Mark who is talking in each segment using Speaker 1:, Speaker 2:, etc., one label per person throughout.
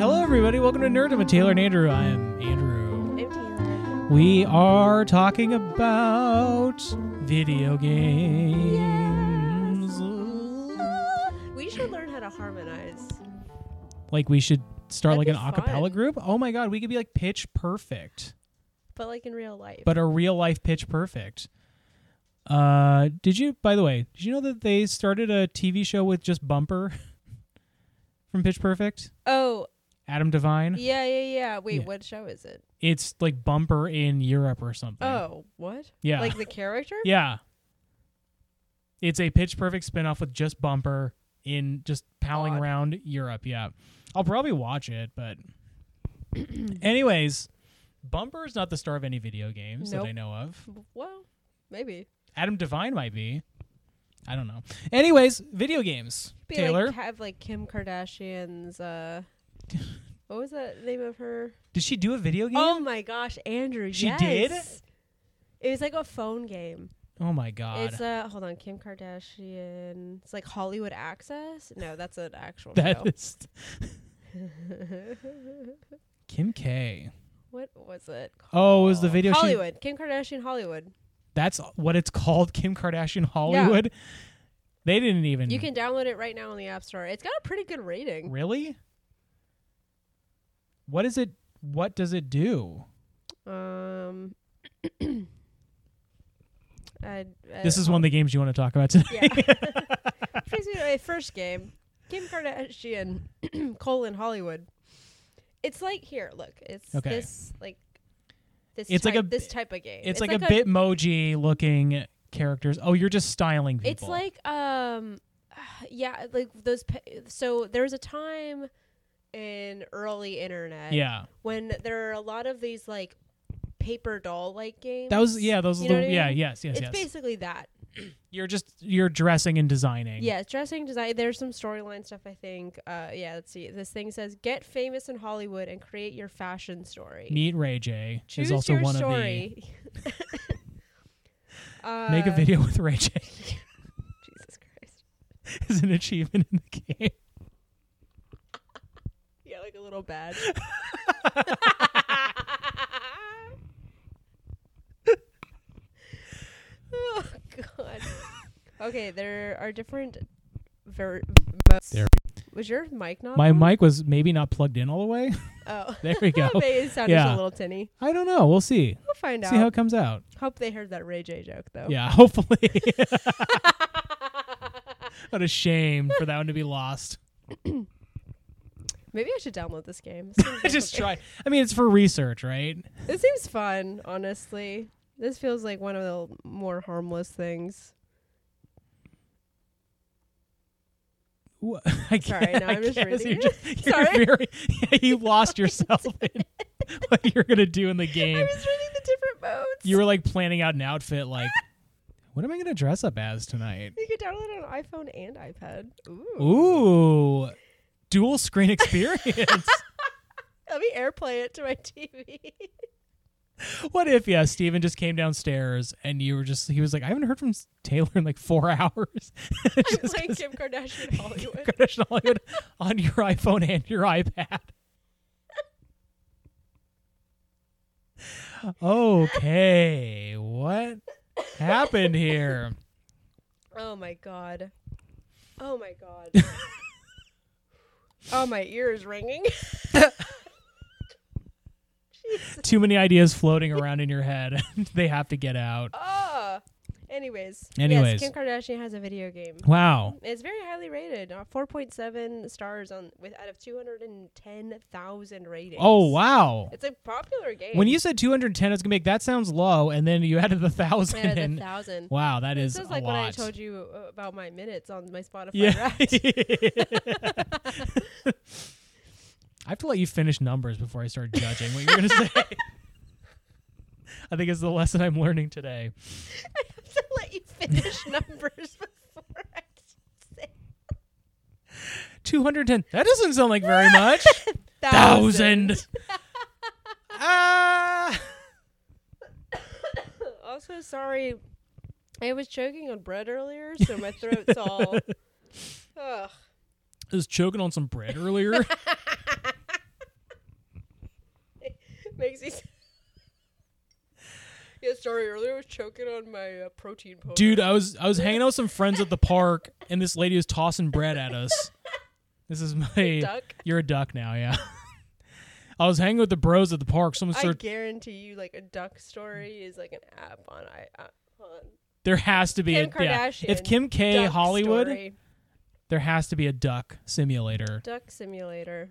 Speaker 1: everybody. Welcome to Nerdum with Taylor and Andrew. I am Andrew.
Speaker 2: I'm Taylor.
Speaker 1: We are talking about video games.
Speaker 2: We should learn how to harmonize.
Speaker 1: Like we should start
Speaker 2: That'd
Speaker 1: like an
Speaker 2: be
Speaker 1: a
Speaker 2: fun.
Speaker 1: acapella group. Oh my god, we could be like pitch perfect.
Speaker 2: But like in real life.
Speaker 1: But a real life pitch perfect. Uh did you by the way, did you know that they started a TV show with just Bumper from Pitch Perfect?
Speaker 2: oh,
Speaker 1: Adam Devine?
Speaker 2: yeah, yeah, yeah. Wait,
Speaker 1: Yeah.
Speaker 2: what show is it?
Speaker 1: It's like Bumper in Europe or something.
Speaker 2: Oh, what?
Speaker 1: Yeah.
Speaker 2: Like the character?
Speaker 1: Yeah. It's a pitch perfect spinoff with just Bumper in just palling
Speaker 2: Odd.
Speaker 1: around Europe. Yeah. I'll probably watch it, but anyways, Bumper is not the star of any video games that I
Speaker 2: Nope.
Speaker 1: know of.
Speaker 2: Well, maybe.
Speaker 1: Adam Devine might be. I don't know. Anyways, video games.
Speaker 2: Be
Speaker 1: Taylor,
Speaker 2: Like, have like Kim Kardashian's. uh What was that name of her?
Speaker 1: did she do a video game?
Speaker 2: Oh my gosh, Andrew.
Speaker 1: She
Speaker 2: yes.
Speaker 1: did?
Speaker 2: It was like a phone game.
Speaker 1: Oh my god.
Speaker 2: It's uh hold on, Kim Kardashian. It's like Hollywood Access. No, that's an actual
Speaker 1: that
Speaker 2: show.
Speaker 1: is Kim K.
Speaker 2: what was it?
Speaker 1: Oh, it was the
Speaker 2: called?
Speaker 1: video she-
Speaker 2: Hollywood. Kim Kardashian Hollywood.
Speaker 1: That's what it's called, Kim Kardashian Hollywood. They didn't even
Speaker 2: You can download it right now on the App Store. It's got a pretty good rating.
Speaker 1: Really? What is it? What does it do?
Speaker 2: Um, I, I,
Speaker 1: this is one of the games you want to talk about today.
Speaker 2: yeah. Basically, my first game, Kim Kardashian colon Hollywood. It's like here, look. It's
Speaker 1: Okay.
Speaker 2: this like this.
Speaker 1: It's like
Speaker 2: type-
Speaker 1: a-
Speaker 2: this type of game.
Speaker 1: It's, like, a, Bitmoji looking characters. Oh, you're just styling people.
Speaker 2: It's like um, yeah, like those. Pa- so there was a time in early internet.
Speaker 1: yeah,
Speaker 2: when there are a lot of these like paper doll like games.
Speaker 1: that was yeah. Those
Speaker 2: You know
Speaker 1: little,
Speaker 2: what I
Speaker 1: yeah,
Speaker 2: mean?
Speaker 1: yes, yes,
Speaker 2: it's
Speaker 1: yes.
Speaker 2: basically that.
Speaker 1: You're just you're dressing and designing.
Speaker 2: Yeah, it's dressing design. There's some storyline stuff. I think. Uh, yeah. Let's see. This thing says, "Get famous in Hollywood and create your fashion story."
Speaker 1: Meet Ray J
Speaker 2: Choose
Speaker 1: is also
Speaker 2: your
Speaker 1: one of
Speaker 2: story.
Speaker 1: the make a
Speaker 2: Uh,
Speaker 1: video with Ray J
Speaker 2: Jesus Christ.
Speaker 1: is an achievement in the game.
Speaker 2: Yeah, like a little bad. oh god. Okay, there are different ver- modes.
Speaker 1: There
Speaker 2: Was your mic not?
Speaker 1: My
Speaker 2: on?
Speaker 1: mic was maybe not plugged in all the way.
Speaker 2: Oh,
Speaker 1: There we go.
Speaker 2: Maybe it sounded
Speaker 1: Yeah.
Speaker 2: a little tinny.
Speaker 1: I don't know. We'll see.
Speaker 2: We'll find
Speaker 1: See how
Speaker 2: out.
Speaker 1: it comes out.
Speaker 2: Hope they heard that Ray J joke though.
Speaker 1: Yeah, hopefully. what a shame for that one to be lost.
Speaker 2: Maybe I should download this game. This seems
Speaker 1: I just
Speaker 2: like-
Speaker 1: try. I mean, it's for research, right?
Speaker 2: This seems fun, honestly. This feels like one of the more harmless things.
Speaker 1: Wha- I
Speaker 2: Sorry,
Speaker 1: guess-
Speaker 2: no,
Speaker 1: I
Speaker 2: I'm just
Speaker 1: guess
Speaker 2: reading
Speaker 1: You're
Speaker 2: it.
Speaker 1: just, you're
Speaker 2: Sorry.
Speaker 1: very- yeah, you lost yourself in what you're gonna do in the
Speaker 2: I
Speaker 1: game.
Speaker 2: was reading the different modes.
Speaker 1: You were like planning out an outfit, like, what am I gonna dress up as tonight?
Speaker 2: You could download it on iPhone and iPad. Ooh.
Speaker 1: Ooh, dual screen experience.
Speaker 2: Let me airplay it to my TV.
Speaker 1: what if, yeah, Steven just came downstairs and you were just, he was like, I haven't heard from Taylor in like four hours.
Speaker 2: I'm
Speaker 1: Just
Speaker 2: playing
Speaker 1: 'cause-
Speaker 2: Kim Kardashian Hollywood.
Speaker 1: Kardashian Hollywood on your iPhone and your iPad. Okay, what happened here?
Speaker 2: Oh my god. Oh my god. oh, my ear is ringing. Jesus.
Speaker 1: Too many ideas floating around in your head. they have to get out.
Speaker 2: Oh. Anyways.
Speaker 1: Anyways.
Speaker 2: Yes, Kim Kardashian has a video game.
Speaker 1: Wow.
Speaker 2: It's very highly rated. Uh, 4.7 stars on with out of 210,000 ratings.
Speaker 1: Oh, wow.
Speaker 2: It's a popular game.
Speaker 1: When you said 210, it's going to be like, that sounds low. And then you added the thousand.
Speaker 2: out of
Speaker 1: and-
Speaker 2: 1,000.
Speaker 1: wow, that is
Speaker 2: This is
Speaker 1: a
Speaker 2: like
Speaker 1: lot.
Speaker 2: when I told you uh, about my minutes on my Spotify
Speaker 1: yeah.
Speaker 2: Wrapped.
Speaker 1: I have to let you finish numbers before I start judging what you're going to say. I think it's the lesson I'm learning today.
Speaker 2: I have to let you finish numbers before I say
Speaker 1: 210. That doesn't sound like very much. Thousand. Ah.
Speaker 2: also, sorry, I was choking on bread earlier, so my throat's all. Ugh.
Speaker 1: I was choking on some bread earlier.
Speaker 2: makes me. s- yeah, sorry. Earlier I was choking on my uh, protein powder.
Speaker 1: Dude, I was I was hanging out with some friends at the park, and this lady was tossing bread at us. This is my.
Speaker 2: duck.
Speaker 1: You're a duck now, yeah. I was hanging with the bros at the park. Someone
Speaker 2: I
Speaker 1: started.
Speaker 2: guarantee you, like a duck story is like an app on I uh, on
Speaker 1: There has to be
Speaker 2: Kim
Speaker 1: a yeah.
Speaker 2: Kardashian.
Speaker 1: If Kim K
Speaker 2: Duck
Speaker 1: Hollywood,
Speaker 2: story.
Speaker 1: there has to be a duck simulator.
Speaker 2: duck simulator.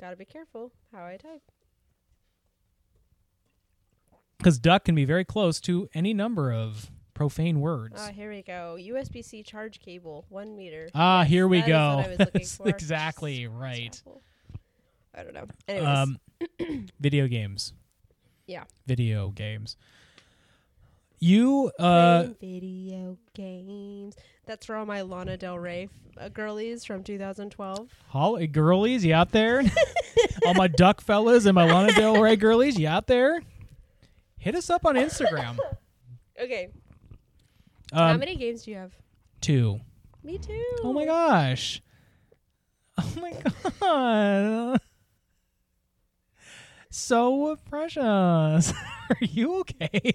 Speaker 2: Gotta be careful how I type.
Speaker 1: because duck can be very close to any number of profane words.
Speaker 2: Ah, here we go. USB C charge cable, one meter.
Speaker 1: ah, here we
Speaker 2: that is
Speaker 1: go.
Speaker 2: what I was looking
Speaker 1: That's
Speaker 2: for.
Speaker 1: exactly right.
Speaker 2: Scrabble. I don't know. Anyways,
Speaker 1: Um, video games.
Speaker 2: Yeah.
Speaker 1: Video games. You uh,
Speaker 2: playing video games. That's for all my Lana Del Rey f- uh, girlies from 2012.
Speaker 1: Holly girlies, you out there? All my duck fellas and my Lana Del Rey girlies, you out there? Hit us up on Instagram.
Speaker 2: Okay, how
Speaker 1: Um,
Speaker 2: many games do you have?
Speaker 1: two.
Speaker 2: Me too.
Speaker 1: Oh my gosh. Oh my god. So precious. Are you okay?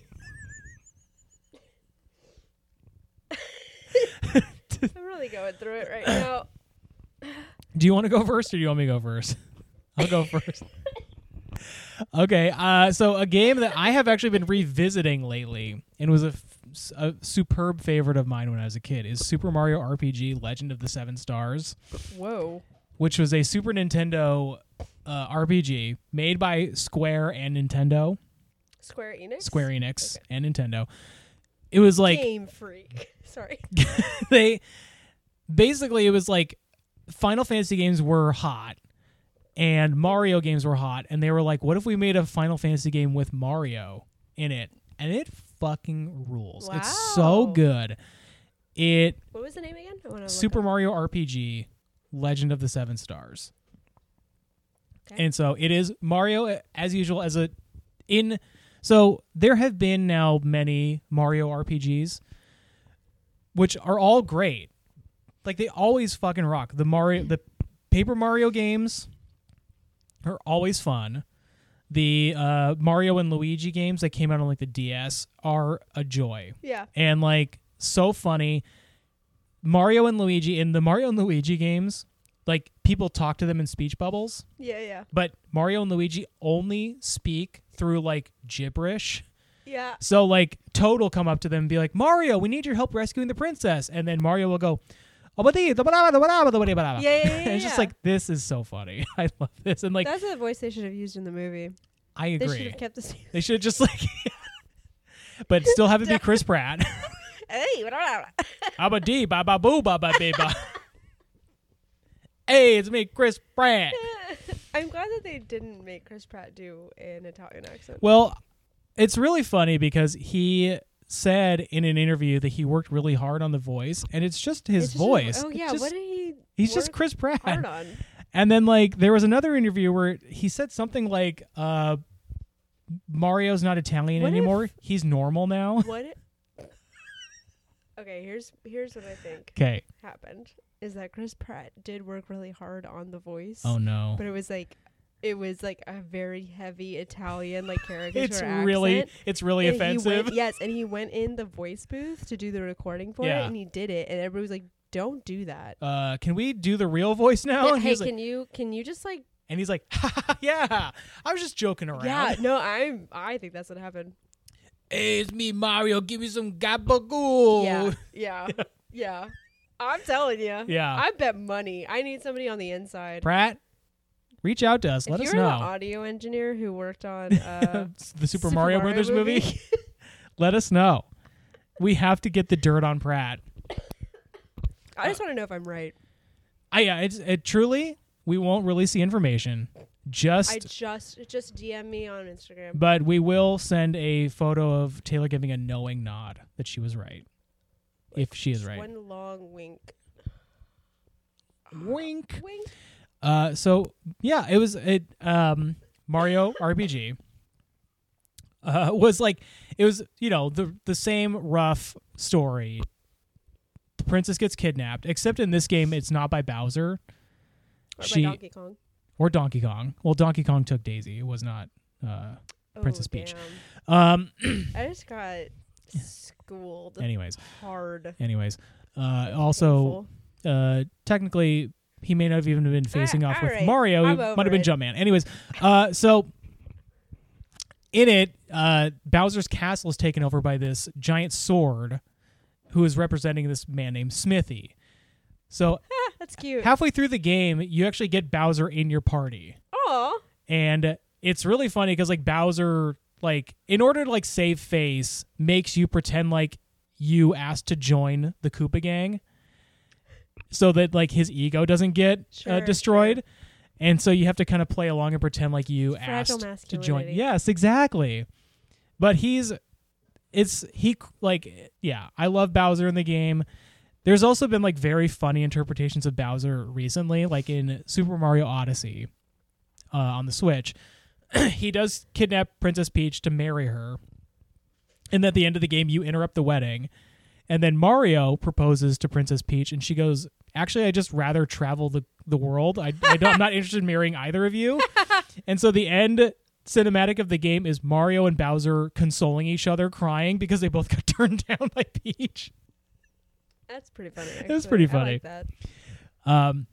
Speaker 2: I'm really going through it right now.
Speaker 1: Do you want to go first or do you want me to go first? I'll go first. okay. Uh, so, a game that I have actually been revisiting lately and was a, f- a superb favorite of mine when I was a kid is Super Mario RPG Legend of the Seven Stars.
Speaker 2: Whoa.
Speaker 1: which was a Super Nintendo uh, RPG made by Square and Nintendo,
Speaker 2: Square Enix.
Speaker 1: Square Enix and Nintendo. It was like
Speaker 2: Game Freak. Sorry.
Speaker 1: they basically it was like Final Fantasy games were hot and Mario games were hot and they were like what if we made a Final Fantasy game with Mario in it? And it fucking rules. It's so
Speaker 2: Wow.
Speaker 1: good. It
Speaker 2: What was the name again? I wanna look
Speaker 1: Super
Speaker 2: up.
Speaker 1: Mario RPG Legend of the Seven Stars.
Speaker 2: Okay.
Speaker 1: And so it is Mario as usual as a in so there have been now many Mario RPGs which are all great. Like they always fucking rock. The Mario the Paper Mario games are always fun. The uh, Mario and Luigi games that came out on like the DS are a joy
Speaker 2: Yeah.
Speaker 1: and like so funny. Mario and Luigi in the Mario and Luigi games, like people talk to them in speech bubbles,
Speaker 2: Yeah. Yeah.
Speaker 1: but Mario and Luigi only speak through like gibberish.
Speaker 2: Yeah.
Speaker 1: So like Toad will come up to them and be like, "Mario, we need your help rescuing the princess," and then Mario will go, "Obadi, da ba da da ba da ba da ba da ba da."
Speaker 2: Yeah, yeah, yeah,
Speaker 1: And it's just
Speaker 2: yeah.
Speaker 1: like this is so funny. I love this, and like
Speaker 2: That's a voice they should have used in the movie.
Speaker 1: I
Speaker 2: They should
Speaker 1: agree.
Speaker 2: have kept the same.
Speaker 1: They should just like, but still have it be Chris Pratt.
Speaker 2: Hey, blah, blah, blah.
Speaker 1: Abba dee, ba ba boo, ba ba bee, ba. Hey, it's me, Chris Pratt.
Speaker 2: I'm glad that they didn't make Chris Pratt do an Italian accent.
Speaker 1: Well, it's really funny because he said in an interview that he worked really hard on the voice, and it's just his
Speaker 2: It's just
Speaker 1: voice.
Speaker 2: oh
Speaker 1: It's
Speaker 2: yeah,
Speaker 1: just-
Speaker 2: what did he?
Speaker 1: he's just
Speaker 2: work
Speaker 1: Chris Pratt.
Speaker 2: hard on.
Speaker 1: And then like there was another interview where he said something like, uh, "Mario's not Italian
Speaker 2: What if-
Speaker 1: anymore. He's normal now."
Speaker 2: What? It, okay, here's here's what I think
Speaker 1: Okay.
Speaker 2: happened is that Chris Pratt did work really hard on the voice,
Speaker 1: Oh no.
Speaker 2: but it was like it was like a very heavy Italian like caricature
Speaker 1: It's
Speaker 2: accent.
Speaker 1: really, it's really
Speaker 2: and he went-
Speaker 1: offensive.
Speaker 2: yes, and he went in the voice booth to do the recording for
Speaker 1: Yeah.
Speaker 2: it, and he did it, and everybody was like, "Don't do that."
Speaker 1: Uh, can we do the real voice now?
Speaker 2: hey,
Speaker 1: Oh, And he was like-
Speaker 2: can you can you just like
Speaker 1: And he's like, ha, ha, ha, yeah, I was just joking around.
Speaker 2: Yeah, no, I'm. I think that's what happened.
Speaker 1: Hey, it's me, Mario. Give me some gabagool.
Speaker 2: Yeah, yeah, yeah. I'm telling you.
Speaker 1: Yeah.
Speaker 2: I bet money. I need somebody on the inside.
Speaker 1: Pratt, reach out to us.
Speaker 2: if
Speaker 1: Let
Speaker 2: you're
Speaker 1: us
Speaker 2: an
Speaker 1: know.
Speaker 2: audio engineer who worked on, uh,
Speaker 1: the Super, Mario, Brothers movie.
Speaker 2: movie.
Speaker 1: Let us know. We have to get the dirt on Pratt.
Speaker 2: I just want to know if I'm right.
Speaker 1: I, yeah, it's it truly. We won't release the information.
Speaker 2: I
Speaker 1: Just,
Speaker 2: just just DM me on Instagram.
Speaker 1: but we will send a photo of Taylor giving a knowing nod that she was right. If she is
Speaker 2: Just
Speaker 1: right.
Speaker 2: One long wink.
Speaker 1: Wink.
Speaker 2: Wink.
Speaker 1: Uh, so yeah, it was it um Mario RPG. Uh, was like it was you know the the same rough story. The princess gets kidnapped, except in this game it's not by Bowser
Speaker 2: Or
Speaker 1: She-
Speaker 2: by Donkey Kong.
Speaker 1: or Donkey Kong. Well, Donkey Kong took Daisy. It was not. Uh,
Speaker 2: Oh,
Speaker 1: Princess Peach.
Speaker 2: damn.
Speaker 1: um.
Speaker 2: I just got schooled
Speaker 1: Anyways,
Speaker 2: hard.
Speaker 1: anyways. Uh, also,
Speaker 2: Painful.
Speaker 1: uh, technically, he may not have even been facing
Speaker 2: Ah,
Speaker 1: off with
Speaker 2: alright.
Speaker 1: Mario. He
Speaker 2: I'm
Speaker 1: might
Speaker 2: over
Speaker 1: have been
Speaker 2: it.
Speaker 1: Jumpman. Anyways, uh, so in it, uh, Bowser's castle is taken over by this giant sword, who is representing this man named Smithy. So
Speaker 2: Ah, that's cute.
Speaker 1: halfway through the game, you actually get Bowser in your party.
Speaker 2: Oh,
Speaker 1: and it's really funny because like bowser like in order to like save face makes you pretend like you asked to join the koopa gang so that like his ego doesn't get uh,
Speaker 2: Sure,
Speaker 1: destroyed and so you have to kind of play along and pretend like you
Speaker 2: Fragile
Speaker 1: asked to join
Speaker 2: masculinity.
Speaker 1: yes exactly but he's it's he like yeah i love bowser in the game there's also been like very funny interpretations of bowser recently like in super mario odyssey uh, on the Switch. he does kidnap Princess Peach to marry her. And at the end of the game, you interrupt the wedding. And then Mario proposes to Princess Peach, and she goes, Actually, I just rather travel the, the world. I, I don't, I'm not interested in marrying either of you. and so the end cinematic of the game is Mario and Bowser consoling each other, crying because they both got turned down by Peach.
Speaker 2: that's pretty funny.
Speaker 1: was
Speaker 2: actually.
Speaker 1: pretty
Speaker 2: I
Speaker 1: funny.
Speaker 2: like that.
Speaker 1: Um,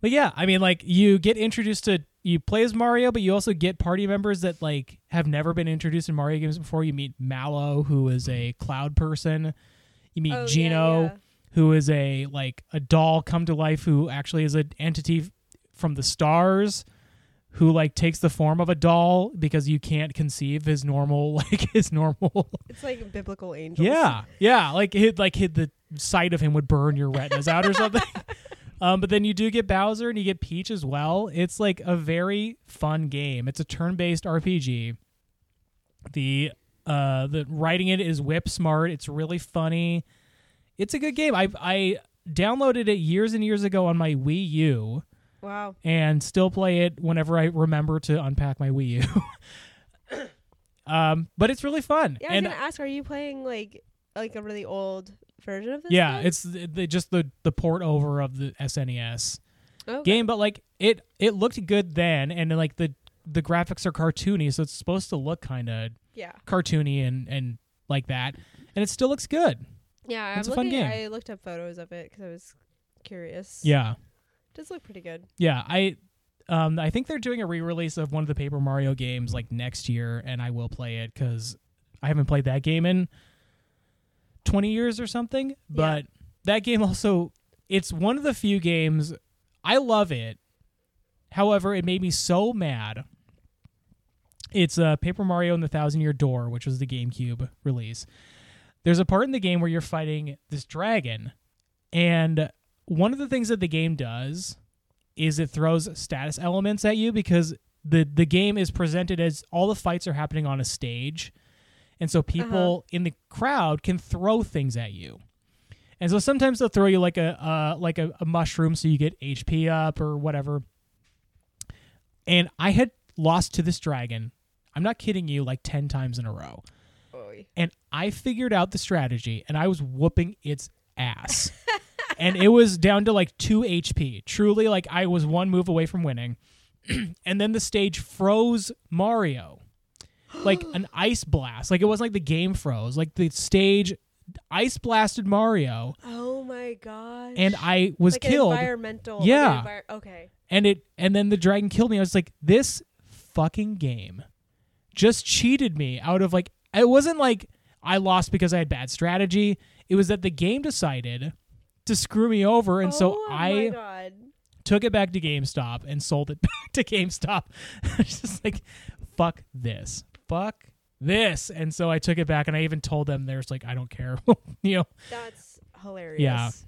Speaker 1: but yeah, I mean, like you get introduced to you play as Mario, but you also get party members that like have never been introduced in Mario games before. You meet Mallow, who is a cloud person. You meet
Speaker 2: Oh, yeah,
Speaker 1: Gino,
Speaker 2: yeah.
Speaker 1: who is a like a doll come to life, who actually is an entity f- from the stars, who like takes the form of a doll because you can't conceive his normal like his normal
Speaker 2: It's like biblical angels.
Speaker 1: yeah, yeah. Like hit, like hit the sight of him would burn your retinas out or something. Um, but then you do get Bowser and you get Peach as well. It's like a very fun game. It's a turn-based RPG. The uh, the writing it is whip smart. It's really funny. It's a good game. I I downloaded it years and years ago on my Wii U
Speaker 2: Wow.
Speaker 1: and still play it whenever I remember to unpack my Wii U. um, but it's really fun.
Speaker 2: Yeah, I was
Speaker 1: and
Speaker 2: gonna ask, are you playing like like a really old version of this?
Speaker 1: yeah,
Speaker 2: game?
Speaker 1: it's the, the, just the the port over of the SNES
Speaker 2: Okay.
Speaker 1: game, but like it it looked good then, and then, like the the graphics are cartoony, so it's supposed to look kind of
Speaker 2: Yeah,
Speaker 1: cartoony and and like that, and it still looks good.
Speaker 2: yeah.
Speaker 1: It's
Speaker 2: I'm
Speaker 1: a fun
Speaker 2: looking,
Speaker 1: game.
Speaker 2: I looked up photos of it because I was curious.
Speaker 1: Yeah,
Speaker 2: does look pretty good.
Speaker 1: yeah. I um I think they're doing a re-release of one of the Paper Mario games like next year, and I will play it because I haven't played that game in twenty years or something. But that game also it's one of the few games I love it. However, it made me so mad. It's uh, Paper Mario and the Thousand Year Door, which was the GameCube release. There's a part in the game where you're fighting this dragon, and one of the things that the game does is it throws status elements at you because the the game is presented as all the fights are happening on a stage, and so people in the crowd can throw things at you. And so sometimes they'll throw you like a uh, like a, a mushroom so you get HP up or whatever. And I had lost to this dragon. I'm not kidding you, like ten times in a row.
Speaker 2: Oy.
Speaker 1: And I figured out the strategy, and I was whooping its ass. and it was down to like two HP. Truly, like I was one move away from winning. and then the stage froze Mario, like an ice blast. Like it wasn't like the game froze. Like the stage ice blasted Mario
Speaker 2: Oh my gosh.
Speaker 1: and I was
Speaker 2: like an
Speaker 1: killed.
Speaker 2: Environmental. like an
Speaker 1: Yeah.
Speaker 2: envir- okay.
Speaker 1: and it and then the dragon killed me. I was like, this fucking game just cheated me out of like it wasn't like I lost because I had bad strategy. It was that the game decided to screw me over and so
Speaker 2: oh My
Speaker 1: I
Speaker 2: God.
Speaker 1: took it back to GameStop and sold it back to GameStop. I was just like, fuck this. Fuck this. And so I took it back and I even told them there's like I don't care. you know,
Speaker 2: That's hilarious.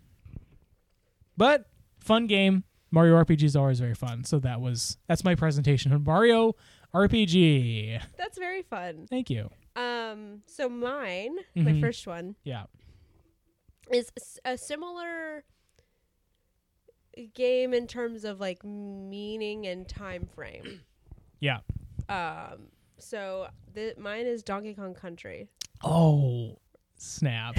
Speaker 1: But fun game. Mario RPG is always very fun. So that was that's my presentation on Mario RPG.
Speaker 2: That's very fun.
Speaker 1: Thank you.
Speaker 2: Um. So mine,
Speaker 1: Mhm.
Speaker 2: my first one,
Speaker 1: Yeah.
Speaker 2: is s- a similar game in terms of like meaning and time frame.
Speaker 1: Yeah.
Speaker 2: Um. So th- mine is Donkey Kong Country.
Speaker 1: Oh snap.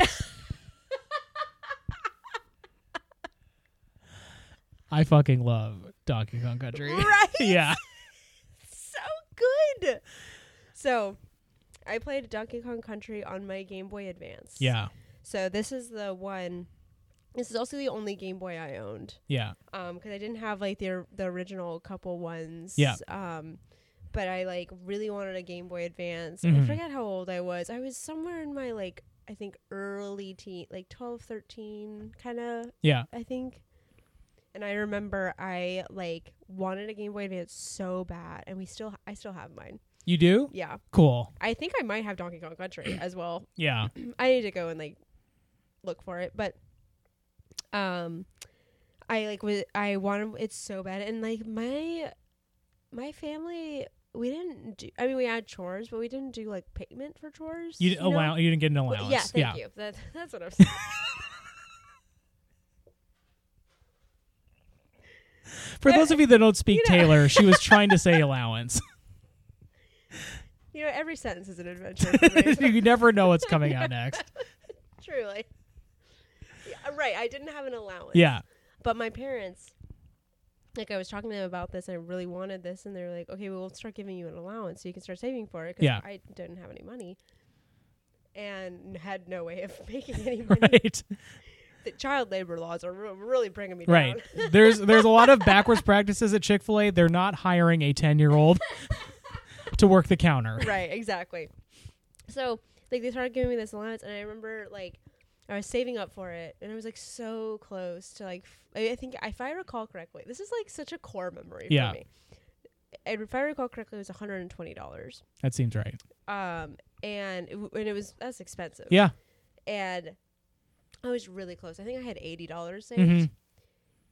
Speaker 1: I fucking love Donkey Kong Country.
Speaker 2: Right?
Speaker 1: yeah.
Speaker 2: so good. So, I played Donkey Kong Country on my Game Boy Advance.
Speaker 1: Yeah.
Speaker 2: So this is the one. This is also the only Game Boy I owned.
Speaker 1: Yeah.
Speaker 2: Um, 'cause because I didn't have like the or- the original couple ones.
Speaker 1: Yeah.
Speaker 2: Um, but I like really wanted a Game Boy Advance. I
Speaker 1: Mhm.
Speaker 2: forget how old I was. I was somewhere in my like I think early teen, like 12, 13 kind of
Speaker 1: Yeah.
Speaker 2: I think. And I remember I like wanted a Game Boy Advance so bad, and we still I still have mine.
Speaker 1: You do?
Speaker 2: Yeah,
Speaker 1: Cool.
Speaker 2: I think I might have Donkey Kong Country as well.
Speaker 1: Yeah.
Speaker 2: I need to go and like look for it, but um, I like was I wanted it so bad, and like my my family we didn't do. I mean, we had chores, but we didn't do like payment for chores.
Speaker 1: You d-
Speaker 2: know?
Speaker 1: allow you didn't get an
Speaker 2: Well,
Speaker 1: allowance.
Speaker 2: Yeah,
Speaker 1: yeah.
Speaker 2: thank you. That, that's what I'm saying.
Speaker 1: For those of you that don't speak
Speaker 2: You know-
Speaker 1: Taylor, she was trying to say allowance.
Speaker 2: you know, every sentence is an adventure. For me.
Speaker 1: you never know what's coming out next.
Speaker 2: Truly. Yeah, right, I didn't have an allowance.
Speaker 1: Yeah.
Speaker 2: But my parents, like I was talking to them about this, and I really wanted this, and they were like, "Okay, well, we'll start giving you an allowance so you can start saving for it." 'cause
Speaker 1: Yeah.
Speaker 2: I didn't have any money, and had no way of making any money.
Speaker 1: Right.
Speaker 2: The child labor laws are re- really bringing me down.
Speaker 1: Right. There's there's a lot of backwards practices at Chick-fil-A. They're not hiring a 10-year-old to work the counter.
Speaker 2: right, exactly. So like they started giving me this allowance, and I remember like I was saving up for it, and I was like so close to like f- I I think if I recall correctly, this is like such a core memory
Speaker 1: Yeah.
Speaker 2: for me. And if I recall correctly, it was one hundred and twenty dollars,
Speaker 1: That seems right.
Speaker 2: um, and it, w- and it was that's expensive.
Speaker 1: Yeah.
Speaker 2: and I was really close. I think I had eighty dollars
Speaker 1: Mhm.
Speaker 2: saved.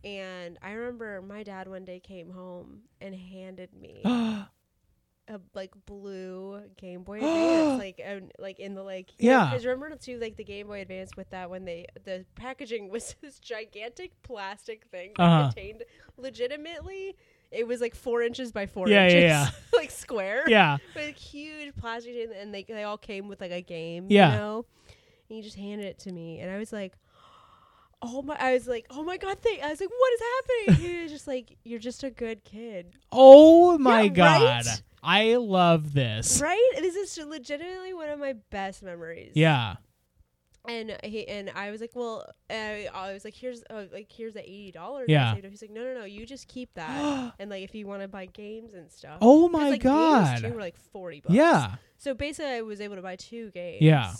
Speaker 2: And I remember my dad one day came home and handed me
Speaker 1: Mm-hmm.
Speaker 2: a like blue Game Boy Advance, like um, like in the like
Speaker 1: Yeah.
Speaker 2: Because remember too, like the Game Boy Advance with that when they the packaging was this gigantic plastic thing that
Speaker 1: Uh-huh.
Speaker 2: contained legitimately it was like four inches by four
Speaker 1: Yeah, yeah,
Speaker 2: inches,
Speaker 1: yeah.
Speaker 2: like square,
Speaker 1: yeah.
Speaker 2: with like, huge plastic tin, and they they all came with like a game,
Speaker 1: Yeah.
Speaker 2: you know. And he just handed it to me, and I was like. Oh my! I was like, "Oh my God!" Thing. I was like, "What is happening?" He was just like, "You're just a good kid."
Speaker 1: Oh my
Speaker 2: Yeah,
Speaker 1: god.
Speaker 2: right?
Speaker 1: I love this.
Speaker 2: Right? This is legitimately one of my best memories.
Speaker 1: Yeah.
Speaker 2: And he and I was like, well, uh, I was like, here's uh, like here's the eighty dollars.
Speaker 1: Yeah.
Speaker 2: He's like, no, no, no, you just keep that. and like, if you want to buy games and stuff.
Speaker 1: Oh
Speaker 2: 'Cause,
Speaker 1: my
Speaker 2: like,
Speaker 1: god.
Speaker 2: Games too were like forty bucks.
Speaker 1: yeah.
Speaker 2: So basically, I was able to buy two games.
Speaker 1: Yeah.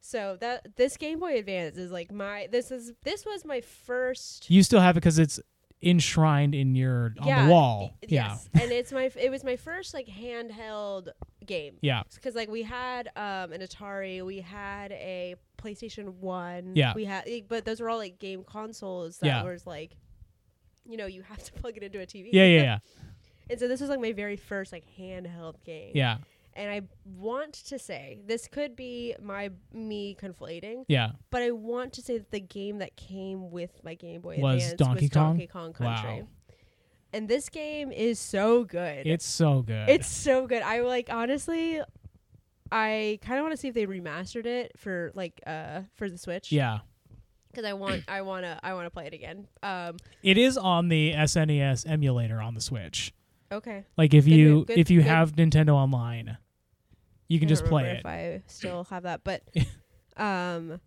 Speaker 2: So that this Game Boy Advance is like my this is this was my first.
Speaker 1: You still have it cuz it's enshrined in your on
Speaker 2: Yeah,
Speaker 1: the wall.
Speaker 2: Yes. and it's my it was my first like handheld game.
Speaker 1: Yeah.
Speaker 2: because like we had um an Atari, we had a PlayStation One.
Speaker 1: Yeah.
Speaker 2: we had, like, but those were all like game consoles that
Speaker 1: Yeah.
Speaker 2: was like, you know, you have to plug it into a TV.
Speaker 1: Yeah. Yeah, yeah, yeah.
Speaker 2: And so this was like my very first like handheld game.
Speaker 1: Yeah.
Speaker 2: And I want to say this could be my me conflating,
Speaker 1: Yeah.
Speaker 2: but I want to say that the game that came with my Game Boy
Speaker 1: Was
Speaker 2: Advance
Speaker 1: Donkey
Speaker 2: was
Speaker 1: Kong?
Speaker 2: Donkey Kong Country.
Speaker 1: Wow.
Speaker 2: And this game is so good.
Speaker 1: It's so good.
Speaker 2: It's so good. I like honestly, I kind of want to see if they remastered it for like uh for the Switch.
Speaker 1: Yeah.
Speaker 2: because I want I wanna I wanna play it again. Um,
Speaker 1: It is on the SNES emulator on the Switch.
Speaker 2: okay.
Speaker 1: Like if
Speaker 2: Good
Speaker 1: you
Speaker 2: move, good-
Speaker 1: if you
Speaker 2: good-
Speaker 1: have Nintendo Online, you can
Speaker 2: I
Speaker 1: just
Speaker 2: don't
Speaker 1: play
Speaker 2: remember
Speaker 1: it.
Speaker 2: if I still have that, but um,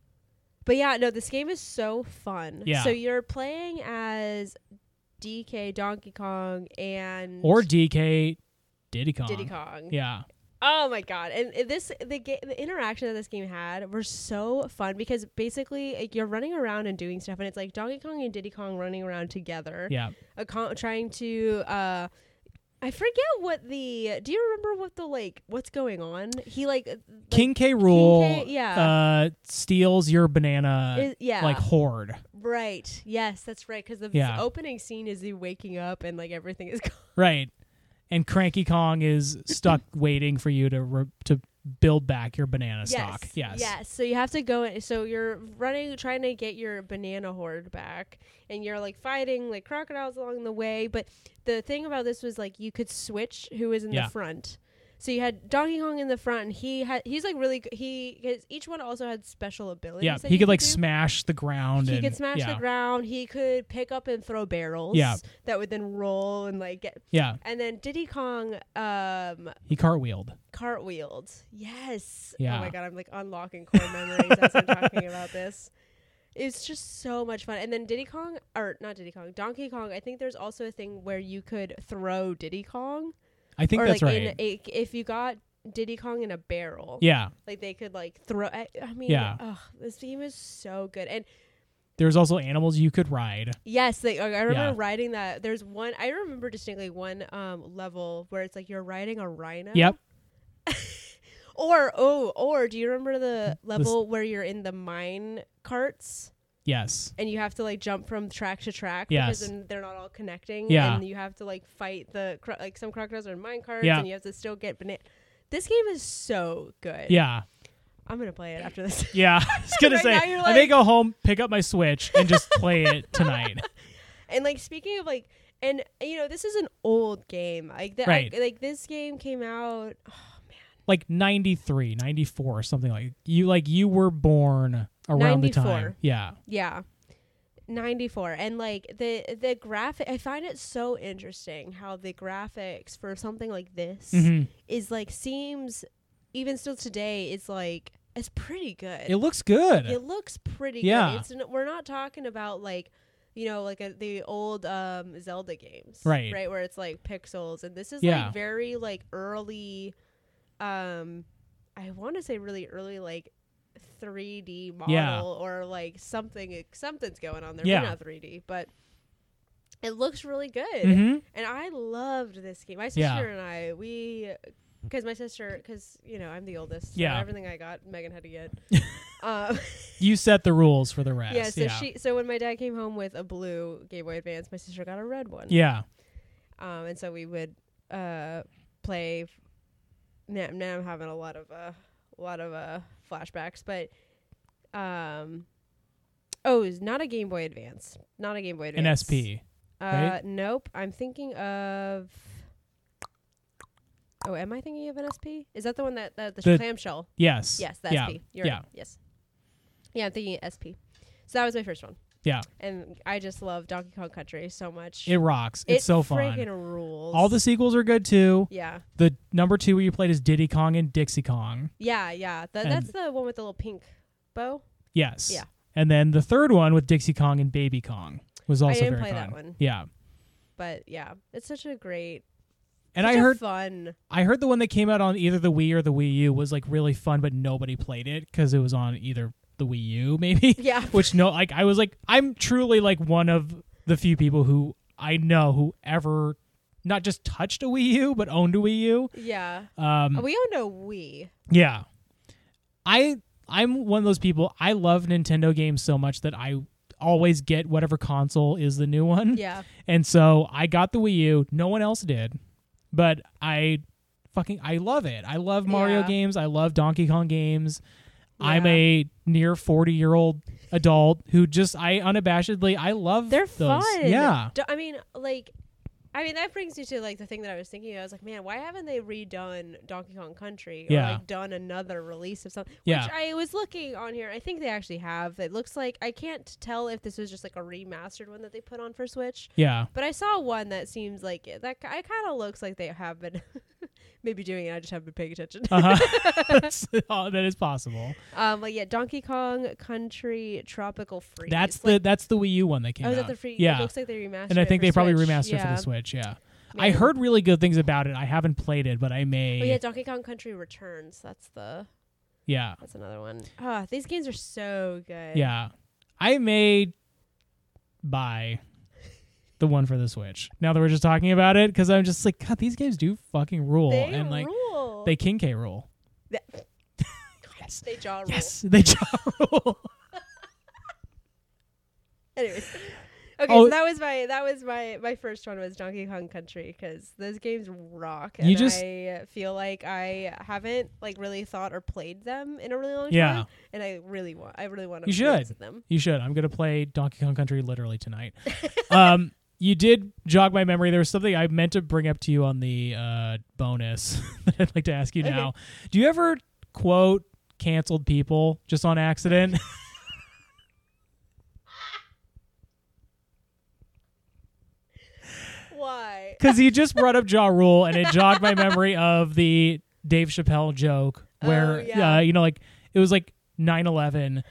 Speaker 2: but yeah, no, this game is so fun.
Speaker 1: Yeah.
Speaker 2: So you're playing as DK Donkey Kong and
Speaker 1: or DK Diddy Kong.
Speaker 2: Diddy Kong.
Speaker 1: Yeah.
Speaker 2: Oh my god! And it- this the ga- the interaction that this game had were so fun because basically like, you're running around and doing stuff, and it's like Donkey Kong and Diddy Kong running around together,
Speaker 1: Yeah.
Speaker 2: a con- trying to. uh I forget what the. Do you remember what the like? What's going on? He like, uh, like,
Speaker 1: King K rule
Speaker 2: yeah.
Speaker 1: uh steals your banana
Speaker 2: is- yeah,
Speaker 1: like hoard.
Speaker 2: right. Yes, that's right. Because the
Speaker 1: Yeah.
Speaker 2: opening scene is you waking up and like everything is gone.
Speaker 1: Right. And Cranky Kong is stuck waiting for you to re- to build back your banana stock. Yes.
Speaker 2: Yes. So you have to go. In, so you're running, trying to get your banana horde back, and you're like fighting like crocodiles along the way. But the thing about this was like you could switch who was in
Speaker 1: Yeah.
Speaker 2: the front. So you had Donkey Kong in the front. And he had he's like really good. he because each one also had special abilities.
Speaker 1: yeah,
Speaker 2: that
Speaker 1: he could like
Speaker 2: do.
Speaker 1: smash the ground.
Speaker 2: He
Speaker 1: and,
Speaker 2: could smash
Speaker 1: yeah,
Speaker 2: the ground. He could pick up and throw barrels.
Speaker 1: Yeah.
Speaker 2: that would then roll and like get.
Speaker 1: Yeah,
Speaker 2: And then Diddy Kong um
Speaker 1: he cartwheeled.
Speaker 2: cartwheeled. Yes.
Speaker 1: Yeah.
Speaker 2: Oh my god, I'm like unlocking core memories as I'm talking about this. It's just so much fun. And then Diddy Kong or not Diddy Kong, Donkey Kong. I think there's also a thing where you could throw Diddy Kong.
Speaker 1: I think
Speaker 2: or
Speaker 1: that's
Speaker 2: like
Speaker 1: right.
Speaker 2: in a, if you got Diddy Kong in a barrel.
Speaker 1: yeah,
Speaker 2: Like they could like throw I, I mean,
Speaker 1: Yeah.
Speaker 2: ugh, this game is so good. And
Speaker 1: there's also animals you could ride.
Speaker 2: Yes, they, I I remember
Speaker 1: Yeah.
Speaker 2: riding that. There's one I remember distinctly one um level where it's like you're riding a rhino.
Speaker 1: Yep.
Speaker 2: Or oh, or do you remember the level where you're in the mine carts
Speaker 1: Yes.
Speaker 2: and you have to like jump from track to track
Speaker 1: Yes.
Speaker 2: because then they're not all connecting
Speaker 1: Yeah.
Speaker 2: and you have to like fight the cro- like some crocodiles are in mine carts
Speaker 1: Yeah.
Speaker 2: and you have to still get banana. This game is so good.
Speaker 1: Yeah.
Speaker 2: I'm gonna play it after this.
Speaker 1: Yeah. I was gonna
Speaker 2: Right
Speaker 1: say
Speaker 2: now you're
Speaker 1: I may
Speaker 2: like-
Speaker 1: go home, pick up my Switch, and just play it tonight.
Speaker 2: And like speaking of like, and you know, this is an old game. Like that,
Speaker 1: Right.
Speaker 2: like this game came out.
Speaker 1: like 93 94 or something like you like you were born around the time
Speaker 2: 94.
Speaker 1: yeah
Speaker 2: Yeah. 94 and like the the graphic i find it so interesting how the graphics for something like this
Speaker 1: Mhm.
Speaker 2: is like seems even still today it's like it's pretty good
Speaker 1: it looks good
Speaker 2: It looks pretty
Speaker 1: Yeah.
Speaker 2: good it's n- we're not talking about like you know like a, the old um zelda games
Speaker 1: Right.
Speaker 2: right where it's like pixels and this is
Speaker 1: Yeah.
Speaker 2: like very like early um i want to say really early like 3d model
Speaker 1: Yeah.
Speaker 2: or like something e, something's going on there
Speaker 1: Yeah.
Speaker 2: yeah. not 3d but it looks really good
Speaker 1: hmm
Speaker 2: and I loved this game. My sister
Speaker 1: Yeah.
Speaker 2: and I, we, because my sister, because you know I'm the oldest. so
Speaker 1: Yeah.
Speaker 2: Everything I got, Megan had to get. um,
Speaker 1: you set the rules for the rest
Speaker 2: yeah.
Speaker 1: yeah
Speaker 2: So she, so when my dad came home with a blue Game Boy Advance, my sister got a red one.
Speaker 1: yeah
Speaker 2: Um, and so we would uh play. f- Now, now I'm having a lot of uh, a lot of uh flashbacks, but um. Oh, it's not a Game Boy Advance. Not a Game Boy
Speaker 1: an
Speaker 2: Advance.
Speaker 1: sp
Speaker 2: Uh,
Speaker 1: right?
Speaker 2: nope. I'm thinking of. Oh, am I thinking of an SP? Is that the one that, that the,
Speaker 1: The-
Speaker 2: clamshell?
Speaker 1: yes
Speaker 2: Yes, the
Speaker 1: yeah
Speaker 2: SP. You're
Speaker 1: yeah
Speaker 2: Right. Yes. Yeah, I'm thinking SP. So that was my first one,
Speaker 1: yeah
Speaker 2: and I just love Donkey Kong Country so much.
Speaker 1: it rocks it's
Speaker 2: It
Speaker 1: so fun
Speaker 2: Freaking rules.
Speaker 1: all the sequels are good too
Speaker 2: Yeah,
Speaker 1: the number two where you played is diddy kong and dixie kong
Speaker 2: yeah, yeah. That,
Speaker 1: And-
Speaker 2: that's the one with the little pink bow.
Speaker 1: yes
Speaker 2: Yeah.
Speaker 1: and then the third one with dixie kong and baby kong was also
Speaker 2: didn't
Speaker 1: very
Speaker 2: play that
Speaker 1: fun
Speaker 2: one.
Speaker 1: yeah
Speaker 2: But yeah, it's such a great.
Speaker 1: and
Speaker 2: such
Speaker 1: i
Speaker 2: a
Speaker 1: heard
Speaker 2: fun.
Speaker 1: I heard the one that came out on either the Wii or the Wii U was like really fun, but nobody played it because it was on either the Wii U maybe.
Speaker 2: Yeah.
Speaker 1: Which no, like I was like I'm truly like one of the few people who I know who ever not just touched a Wii U but owned a Wii U.
Speaker 2: Yeah,
Speaker 1: Um,
Speaker 2: we all know we.
Speaker 1: yeah. I I'm one of those people. I love Nintendo games so much that I always get whatever console is the new one.
Speaker 2: Yeah,
Speaker 1: And so I got the Wii U. No one else did, but I fucking I love it. I love Mario
Speaker 2: Yeah.
Speaker 1: games. I love Donkey Kong games. I'm
Speaker 2: Yeah.
Speaker 1: a near forty year old adult who just I unabashedly I love
Speaker 2: They're
Speaker 1: those.
Speaker 2: fun.
Speaker 1: Yeah,
Speaker 2: Do- I mean, like, I mean that brings me to like the thing that I was thinking. I was like, man, why haven't they redone Donkey Kong Country or
Speaker 1: Yeah.
Speaker 2: like done another release of something?
Speaker 1: Yeah.
Speaker 2: Which I was looking on here. I think they actually have. It looks like I can't tell if this was just like a remastered one that they put on for Switch,
Speaker 1: yeah,
Speaker 2: but I saw one that seems like it, that. ki- I kind of looks like they have been maybe doing it. I just haven't been paying attention.
Speaker 1: uh-huh. That's- oh, that is possible.
Speaker 2: um, but yeah, Donkey Kong Country Tropical Freeze.
Speaker 1: That's the
Speaker 2: like,
Speaker 1: that's the Wii U one that came
Speaker 2: Oh, is
Speaker 1: out.
Speaker 2: that the free?
Speaker 1: Yeah,
Speaker 2: It looks like they remastered.
Speaker 1: and I
Speaker 2: it
Speaker 1: think
Speaker 2: for
Speaker 1: they probably
Speaker 2: Switch.
Speaker 1: remastered
Speaker 2: yeah.
Speaker 1: for the Switch. Yeah, I
Speaker 2: Maybe.
Speaker 1: heard really good things about it. I haven't played it, but I may.
Speaker 2: Oh yeah, Donkey Kong Country Returns. That's the
Speaker 1: yeah.
Speaker 2: that's another one. Ah, these games are so good.
Speaker 1: Yeah. I may buy the one for the Switch. Now that we're just talking about it, because I'm just like, God, these games do fucking rule.
Speaker 2: they
Speaker 1: and like
Speaker 2: rule.
Speaker 1: they King K rule.
Speaker 2: Th-
Speaker 1: yes.
Speaker 2: they jaw rule.
Speaker 1: Yes. They jaw rule.
Speaker 2: Anyways, okay,
Speaker 1: Oh.
Speaker 2: so that was my that was my my first one was Donkey Kong Country because those games rock.
Speaker 1: You
Speaker 2: and
Speaker 1: just-
Speaker 2: I feel like I haven't like really thought or played them in a really long
Speaker 1: Yeah.
Speaker 2: time, and I really want I really want to
Speaker 1: You should.
Speaker 2: them.
Speaker 1: you should. I'm gonna play Donkey Kong Country literally tonight. um you did jog my memory. There was something I meant to bring up to you on the uh, bonus that I'd like to ask you
Speaker 2: Okay.
Speaker 1: now. Do you ever quote canceled people just on accident?
Speaker 2: Why?
Speaker 1: Because he just brought up Jaw Rule, and it jogged my memory of the Dave Chappelle joke where,
Speaker 2: Oh, yeah.
Speaker 1: uh, you know, like it was like 9 11,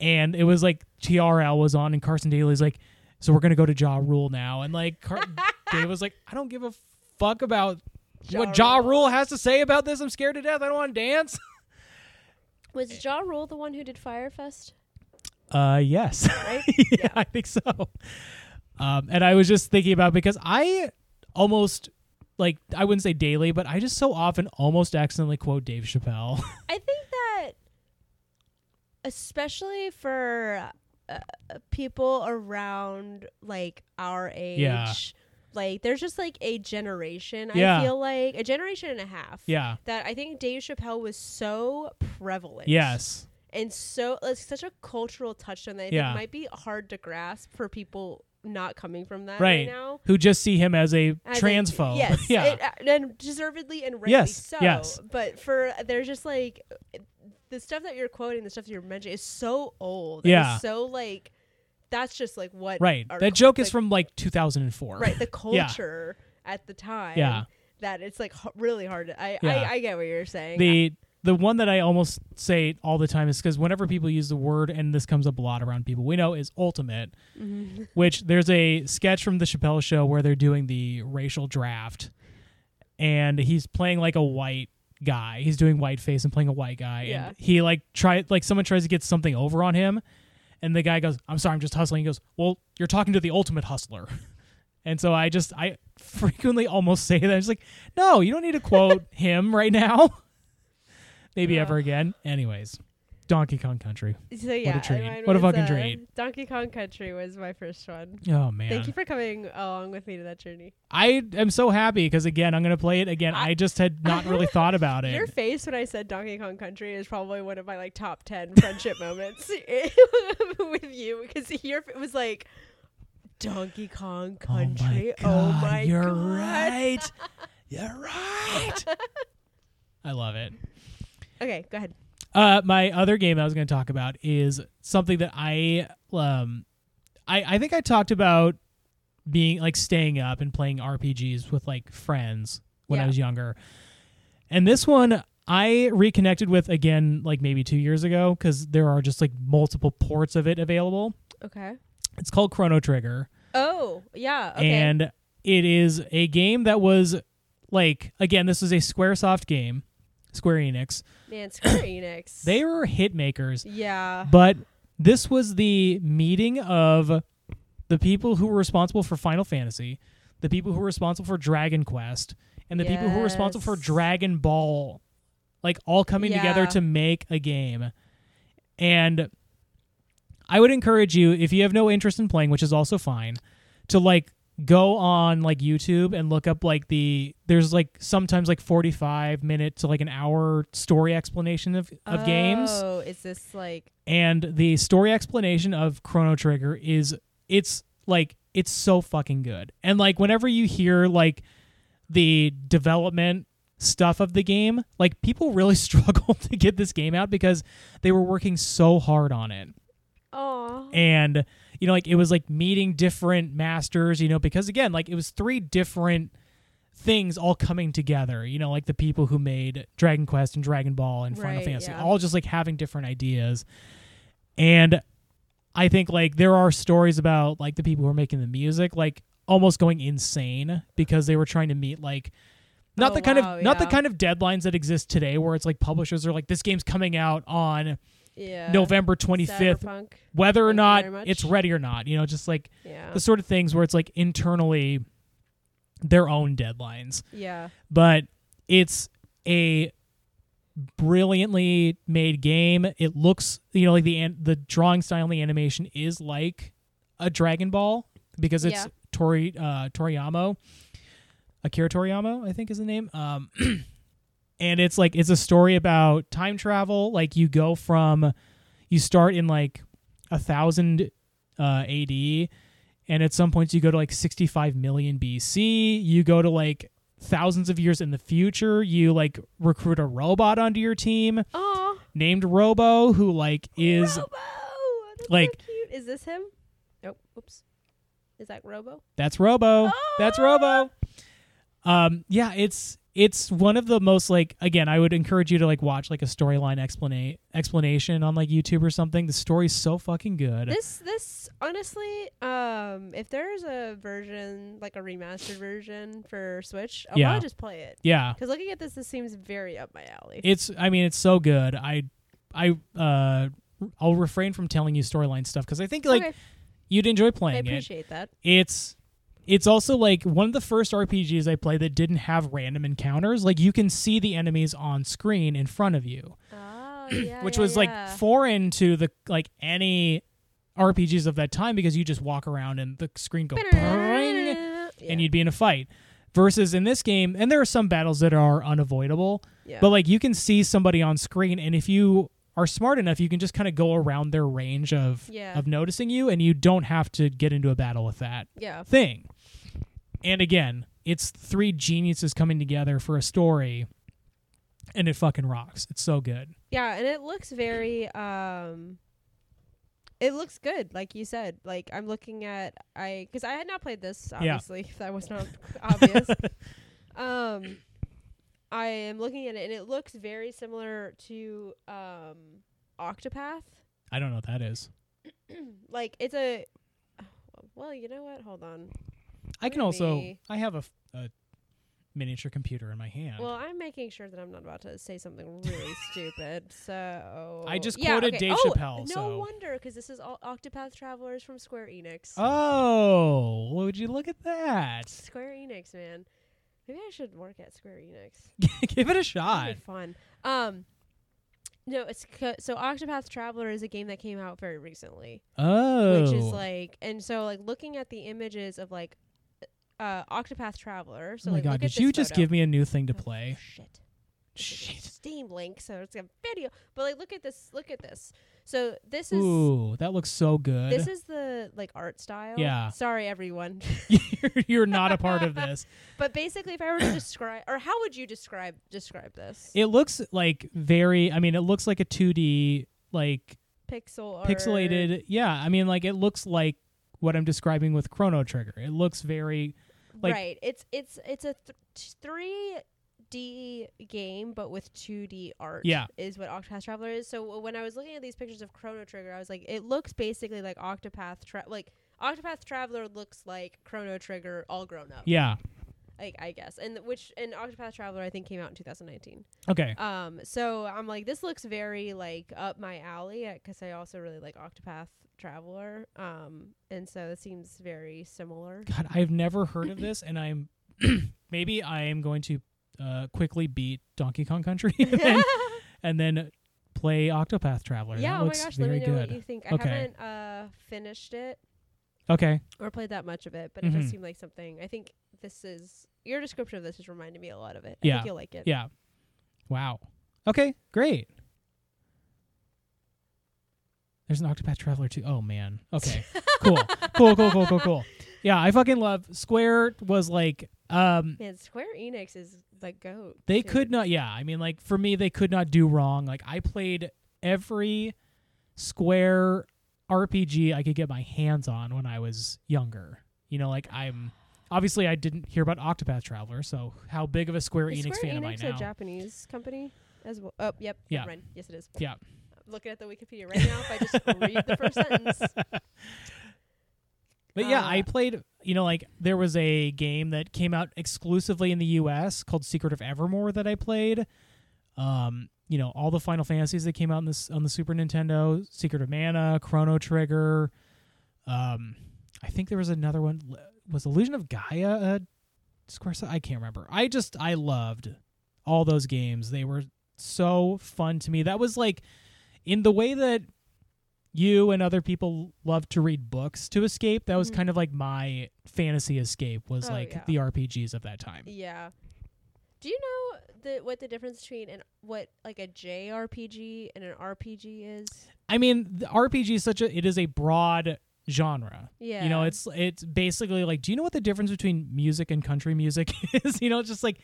Speaker 1: and it was like TRL was on, and Carson Daly's like, So we're going to go to Jaw Rule now. And like, Car- Dave was like, I don't give a fuck about what
Speaker 2: Ja
Speaker 1: Jaw
Speaker 2: Rule.
Speaker 1: Rule has to say about this. I'm scared to death. I don't want to dance.
Speaker 2: Was Ja Rule the one who did Firefest?
Speaker 1: Uh, yes.
Speaker 2: Right?
Speaker 1: yeah, I think so. Um, and I was just thinking about because I almost like I wouldn't say daily, but I just so often almost accidentally quote Dave Chappelle.
Speaker 2: I think that, especially for uh, people around like our age,
Speaker 1: Yeah.
Speaker 2: like there's just like a generation.
Speaker 1: Yeah.
Speaker 2: I feel like a generation and a half.
Speaker 1: yeah.
Speaker 2: That I think Dave Chappelle was so prevalent.
Speaker 1: Yes.
Speaker 2: And so it's such a cultural touchstone that I
Speaker 1: Yeah.
Speaker 2: think might be hard to grasp for people not coming from that
Speaker 1: Right.
Speaker 2: right, now.
Speaker 1: Who just see him as a
Speaker 2: As a-
Speaker 1: transphobe?
Speaker 2: yes,
Speaker 1: yeah.
Speaker 2: it- uh, and deservedly and rightly
Speaker 1: Yes,
Speaker 2: so.
Speaker 1: yes.
Speaker 2: But for there's just like the stuff that you're quoting, the stuff that you're mentioning is so old.
Speaker 1: Yeah.
Speaker 2: and it's so like that's just like what
Speaker 1: right.
Speaker 2: our
Speaker 1: That
Speaker 2: cul-
Speaker 1: joke is
Speaker 2: like-
Speaker 1: from like 2004.
Speaker 2: right the culture at the time.
Speaker 1: Yeah.
Speaker 2: that it's like h- really hard. To, I,
Speaker 1: Yeah.
Speaker 2: I I get what you're saying.
Speaker 1: The the one that I almost say all the time is because whenever people use the word, and this comes up a lot around people we know, is ultimate.
Speaker 2: Mhm.
Speaker 1: which there's a sketch from the Chappelle show where they're doing the racial draft and he's playing like a white guy. He's doing white face and playing a white guy
Speaker 2: Yeah.
Speaker 1: and he like try like someone tries to get something over on him and the guy goes, "I'm sorry, I'm just hustling." He goes, "Well, you're talking to the ultimate hustler." And so I just I frequently almost say that. It's like, "No, you don't need to quote him right now." Maybe
Speaker 2: Yeah.
Speaker 1: ever again. Anyways, Donkey Kong Country.
Speaker 2: so yeah,
Speaker 1: treat.
Speaker 2: mine
Speaker 1: What a
Speaker 2: was,
Speaker 1: fucking
Speaker 2: uh,
Speaker 1: treat.
Speaker 2: Donkey Kong Country was my first one.
Speaker 1: Oh man.
Speaker 2: Thank you for coming along with me to that journey.
Speaker 1: I am so happy because again, I'm gonna play it again. I, just had not really thought about
Speaker 2: Your
Speaker 1: it.
Speaker 2: face when I said Donkey Kong Country is probably one of my like top ten friendship moments with you because your it was like Donkey Kong Country. Oh my god,
Speaker 1: Oh you're right. You're right. I love it.
Speaker 2: Okay, go ahead.
Speaker 1: Uh, my other game I was going to talk about is something that I um, I I think I talked about being like staying up and playing RPGs with like friends when I
Speaker 2: Yeah.
Speaker 1: was younger, and this one I reconnected with again like maybe two years ago because there are just like multiple ports of it available.
Speaker 2: Okay.
Speaker 1: It's called Chrono Trigger.
Speaker 2: Oh yeah. Okay.
Speaker 1: and it is a game that was like again this is a squaresoft game square enix
Speaker 2: Man, Square Enix.
Speaker 1: they were hit makers
Speaker 2: yeah.
Speaker 1: but this was the meeting of the people who were responsible for final fantasy the people who were responsible for dragon quest and the people who were responsible for
Speaker 2: Yes.
Speaker 1: dragon ball like all coming together
Speaker 2: Yeah.
Speaker 1: to make a game and i would encourage you if you have no interest in playing which is also fine to like go on like YouTube and look up like the there's like sometimes like 45 minute to like an hour story explanation of of games
Speaker 2: Oh, is this like
Speaker 1: and the story explanation of Chrono Trigger is it's like it's so fucking good. And like whenever you hear like the development stuff of the game, like people really struggled to get this game out because they were working so hard on it
Speaker 2: oh
Speaker 1: and you know like it was like meeting different masters you know because again like it was three different things all coming together you know like the people who made dragon quest and dragon ball and final
Speaker 2: Right,
Speaker 1: fantasy
Speaker 2: yeah.
Speaker 1: all just like having different ideas and i think like there are stories about like the people who are making the music like almost going insane because they were trying to meet like not
Speaker 2: Oh,
Speaker 1: the kind
Speaker 2: wow,
Speaker 1: of not the
Speaker 2: yeah.
Speaker 1: kind of deadlines that exist today where it's like publishers are like this game's coming out on
Speaker 2: yeah.
Speaker 1: november 25th
Speaker 2: Cyberpunk.
Speaker 1: whether or
Speaker 2: Thank you
Speaker 1: not
Speaker 2: very much. Oh.
Speaker 1: it's ready or not. You know, just like
Speaker 2: Yeah.
Speaker 1: the sort of things where it's like internally their own deadlines.
Speaker 2: Yeah.
Speaker 1: But it's a brilliantly made game. It looks, you know, like the an- the drawing style and the animation is like a Dragon Ball because it's
Speaker 2: Yeah.
Speaker 1: Tori uh Toriyama. Akira Toriyama, I think is the name. Um and it's like it's a story about time travel. Like you go from you start in like a thousand uh AD and at some points you go to like 65 million BC. You go to like thousands of years in the future. You like recruit a robot onto your team
Speaker 2: Aw,
Speaker 1: named Robo, who like is
Speaker 2: Robo. That's so
Speaker 1: like-
Speaker 2: cute. Is this him? Nope. Oops. Is that Robo?
Speaker 1: that's Robo. That's
Speaker 2: Ah!
Speaker 1: Robo. Um, yeah, it's it's one of the most like again, I would encourage you to like watch like a storyline explana- explanation on like YouTube or something. The story's so fucking good.
Speaker 2: This this honestly, um, if there's a version like a remastered version for Switch, I
Speaker 1: Yeah.
Speaker 2: want to just play it.
Speaker 1: yeah.
Speaker 2: Because looking at this, this seems very up my alley.
Speaker 1: It's I mean, it's so good. I I uh I'll refrain from telling you storyline stuff cuz I think like
Speaker 2: okay,
Speaker 1: you'd enjoy
Speaker 2: I
Speaker 1: playing it.
Speaker 2: appreciate that.
Speaker 1: It's it's also like one of the first RPGs I played that didn't have random encounters. Like you can see the enemies on screen in front of you.
Speaker 2: Oh, yeah,
Speaker 1: which
Speaker 2: yeah,
Speaker 1: was
Speaker 2: yeah.
Speaker 1: like foreign to the like any RPGs of that time because you just walk around and the screen go boing,
Speaker 2: Yeah,
Speaker 1: and you'd be in a fight. Versus in this game, and there are some battles that are unavoidable,
Speaker 2: yeah.
Speaker 1: but like you can see somebody on screen, and if you are smart enough, you can just kind of go around their range of
Speaker 2: Yeah.
Speaker 1: of noticing you, and you don't have to get into a battle with that
Speaker 2: yeah.
Speaker 1: thing. And again, it's three geniuses coming together for a story, and it fucking rocks. It's so good.
Speaker 2: Yeah, and it looks very um it looks good, like you said. Like I'm looking at I cuz I had not played this obviously. If that was not obvious. um I am looking at it and it looks very similar to um Octopath.
Speaker 1: I don't know what that is.
Speaker 2: like it's a well, you know what? Hold on.
Speaker 1: I can
Speaker 2: Maybe.
Speaker 1: also. I have a, f- a miniature computer in my hand.
Speaker 2: Well, I'm making sure that I'm not about to say something really stupid. So
Speaker 1: I just
Speaker 2: Yeah,
Speaker 1: quoted
Speaker 2: okay.
Speaker 1: Dave
Speaker 2: oh,
Speaker 1: Chappelle,
Speaker 2: No
Speaker 1: so-
Speaker 2: wonder, because this is all Octopath Travelers from Square Enix.
Speaker 1: Uh, oh, well, would you look at that?
Speaker 2: Square Enix, man. Maybe I should work at Square Enix.
Speaker 1: Give it a
Speaker 2: That'd
Speaker 1: shot.
Speaker 2: be fun. Um, no, it's co- so Octopath Traveler is a game that came out very recently,
Speaker 1: Oh,
Speaker 2: which is like, and so like looking at the images of like uh Octopath Traveler. So
Speaker 1: oh my
Speaker 2: like,
Speaker 1: god!
Speaker 2: look
Speaker 1: Did
Speaker 2: at
Speaker 1: you
Speaker 2: this
Speaker 1: just
Speaker 2: photo.
Speaker 1: give me a new thing to
Speaker 2: Oh,
Speaker 1: play?
Speaker 2: shit.
Speaker 1: Shit.
Speaker 2: Steam Link, so it's a video. But like, look at this. Look at this. So this is
Speaker 1: Ooh, that looks so good.
Speaker 2: this is the like art style.
Speaker 1: Yeah.
Speaker 2: Sorry, everyone.
Speaker 1: you're, you're not a part of this.
Speaker 2: but basically, if I were to describe, or how would you describe describe this?
Speaker 1: It looks like very. I mean, it looks like a 2D, like
Speaker 2: Pixel or
Speaker 1: pixelated. Yeah, I mean, like it looks like what I'm describing with Chrono Trigger. It looks very. like-
Speaker 2: right. It's it's it's a three D game, but with two D art.
Speaker 1: Yeah.
Speaker 2: Is what Octopath Traveler is. So when I was looking at these pictures of Chrono Trigger, I was like, it looks basically like Octopath Tra- like. Octopath Traveler looks like Chrono Trigger all grown up.
Speaker 1: Yeah.
Speaker 2: like I guess, and th- which and Octopath Traveler I think came out in 2019.
Speaker 1: Okay.
Speaker 2: Um, so I'm like, this looks very like up my alley because I also really like Octopath Traveler. Um, and so it seems very similar.
Speaker 1: God, I've never heard of this, and I'm maybe I am going to uh, quickly beat Donkey Kong Country and, then, and then play Octopath Traveler.
Speaker 2: yeah.
Speaker 1: that
Speaker 2: Oh my
Speaker 1: looks
Speaker 2: gosh. Let
Speaker 1: very
Speaker 2: me know
Speaker 1: good.
Speaker 2: what you think. I
Speaker 1: Okay.
Speaker 2: haven't uh finished it
Speaker 1: okay,
Speaker 2: or played that much of it, but it
Speaker 1: Mhm.
Speaker 2: does seem like something. I think this is your description of this has reminded me a lot of it. I
Speaker 1: Yeah.
Speaker 2: think you'll like it.
Speaker 1: yeah, wow. Okay, great. There's an Octopath Traveler too. Oh man. Okay. cool. Cool. Cool. Cool. Cool. Cool. Yeah, I fucking love Square. Was like, um,
Speaker 2: Man, Square Enix is the goat.
Speaker 1: They
Speaker 2: dude.
Speaker 1: could not. Yeah, I mean, like for me, they could not do wrong. Like I played every Square RPG I could get my hands on when I was younger. You know, like I'm obviously I didn't hear about Octopath Traveler, so how big of a Square
Speaker 2: Is
Speaker 1: Enix
Speaker 2: Square
Speaker 1: fan am
Speaker 2: Enix
Speaker 1: I
Speaker 2: a
Speaker 1: now?
Speaker 2: Japanese company as well? Oh, yep.
Speaker 1: Yeah.
Speaker 2: never mind. Yes, it is.
Speaker 1: Yeah.
Speaker 2: I'm looking at the Wikipedia right now. If I just read the first sentence,
Speaker 1: But yeah,
Speaker 2: Uh,
Speaker 1: I played. You know, like there was a game that came out exclusively in the U.S. called Secret of Evermore that I played. Um, you know, all the Final Fantasies that came out in this on the Super Nintendo, Secret of Mana, Chrono Trigger. Um, I think there was another one. Was Illusion of Gaia a Square? I can't remember. I just I loved all those games. They were so fun to me. That was like in the way that you and other people love to read books to escape. That was
Speaker 2: Mhm.
Speaker 1: kind of like my fantasy escape was
Speaker 2: Oh,
Speaker 1: like
Speaker 2: yeah.
Speaker 1: the RPGs of that time.
Speaker 2: yeah. Do you know the what the difference between an what like a JRPG and an RPG is?
Speaker 1: I mean, the RPG is such a it is a broad genre.
Speaker 2: Yeah.
Speaker 1: You know, it's it's basically like, do you know what the difference between music and country music is? you know, it's just like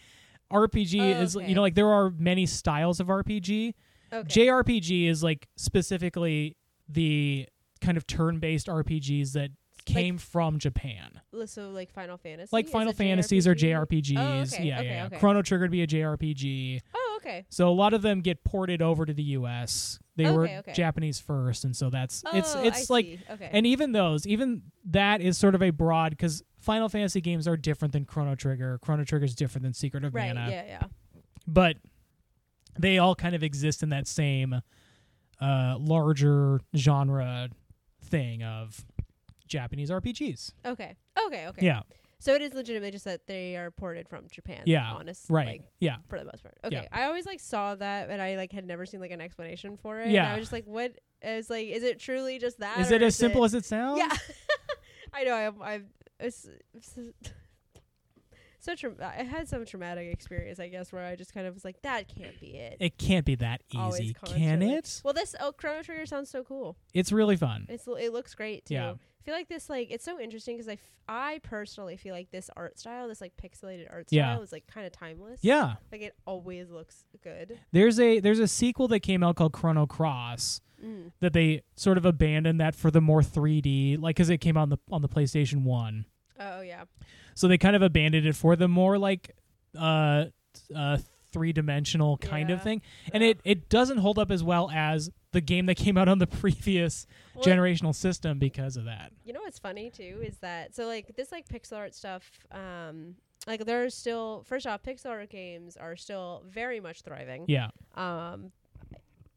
Speaker 1: RPG
Speaker 2: Oh,
Speaker 1: is
Speaker 2: okay.
Speaker 1: you know, like there are many styles of RPG.
Speaker 2: okay.
Speaker 1: JRPG is like specifically the kind of turn-based RPGs that came from Japan.
Speaker 2: L- so like Final Fantasy.
Speaker 1: Like
Speaker 2: Is
Speaker 1: Final
Speaker 2: it
Speaker 1: Fantasies or JRPGs.
Speaker 2: Oh, okay,
Speaker 1: Yeah,
Speaker 2: okay,
Speaker 1: yeah, yeah.
Speaker 2: okay.
Speaker 1: Chrono Trigger would be a JRPG.
Speaker 2: Oh, okay.
Speaker 1: So a lot of them get ported over to the US. They were
Speaker 2: Okay, okay.
Speaker 1: Japanese first and so that's
Speaker 2: Oh,
Speaker 1: it's it's
Speaker 2: I
Speaker 1: like
Speaker 2: see. okay.
Speaker 1: and even those, even that is sort of a broad cuz Final Fantasy games are different than Chrono Trigger. Chrono Trigger is different than Secret of
Speaker 2: right.
Speaker 1: Mana.
Speaker 2: Yeah, yeah.
Speaker 1: But they all kind of exist in that same uh larger genre thing of Japanese RPGs.
Speaker 2: Okay. Okay. Okay.
Speaker 1: Yeah.
Speaker 2: So it is legitimately just that they are ported from Japan.
Speaker 1: Yeah,
Speaker 2: Honestly.
Speaker 1: Right.
Speaker 2: Like,
Speaker 1: yeah.
Speaker 2: for the most part. Okay.
Speaker 1: Yeah.
Speaker 2: I always like saw that, but I like had never seen like an explanation for it. and
Speaker 1: Yeah.
Speaker 2: I was just like, what is like? Is it truly just that?
Speaker 1: Is
Speaker 2: or
Speaker 1: it as simple as it sounds?
Speaker 2: Yeah. I know. I'm. I'm it's, it's such. A, I had some traumatic experience, I guess, where I just kind of was like, that can't be it.
Speaker 1: It can't be that
Speaker 2: Always
Speaker 1: easy, can
Speaker 2: constantly.
Speaker 1: it?
Speaker 2: Well, this oh, Chrono Trigger sounds so cool.
Speaker 1: It's really fun.
Speaker 2: It's l- it looks great too.
Speaker 1: Yeah.
Speaker 2: I feel like this like it's so interesting because I, f- I personally feel like this art style, this like pixelated art
Speaker 1: Yeah.
Speaker 2: style, is like kind of timeless.
Speaker 1: Yeah.
Speaker 2: Like it always looks good.
Speaker 1: There's a there's a sequel that came out called Chrono Cross
Speaker 2: Mm.
Speaker 1: that they sort of abandoned that for the more 3D like cuz it came out on the on the PlayStation 1.
Speaker 2: Oh yeah.
Speaker 1: So they kind of abandoned it for the more like uh uh three-dimensional kind of
Speaker 2: Yeah.
Speaker 1: thing. And it it doesn't hold up as well as the game that came out on the previous
Speaker 2: Well,
Speaker 1: generational system because of that.
Speaker 2: You know what's funny too is that so like this like pixel art stuff. Um, like there's still first off, pixel art games are still very much thriving.
Speaker 1: Yeah.
Speaker 2: um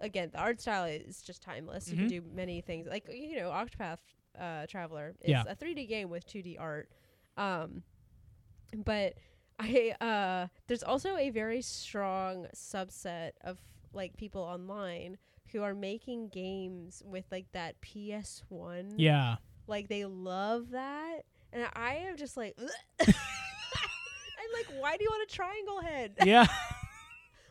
Speaker 2: again the art style is just timeless
Speaker 1: Mm-hmm.
Speaker 2: you can do many things like you know octopath uh traveler is
Speaker 1: Yeah.
Speaker 2: a 3d game with 2d art um but i uh there's also a very strong subset of like people online who are making games with like that ps1
Speaker 1: Yeah.
Speaker 2: like they love that and i am just like i'm like why do you want a triangle head
Speaker 1: Yeah.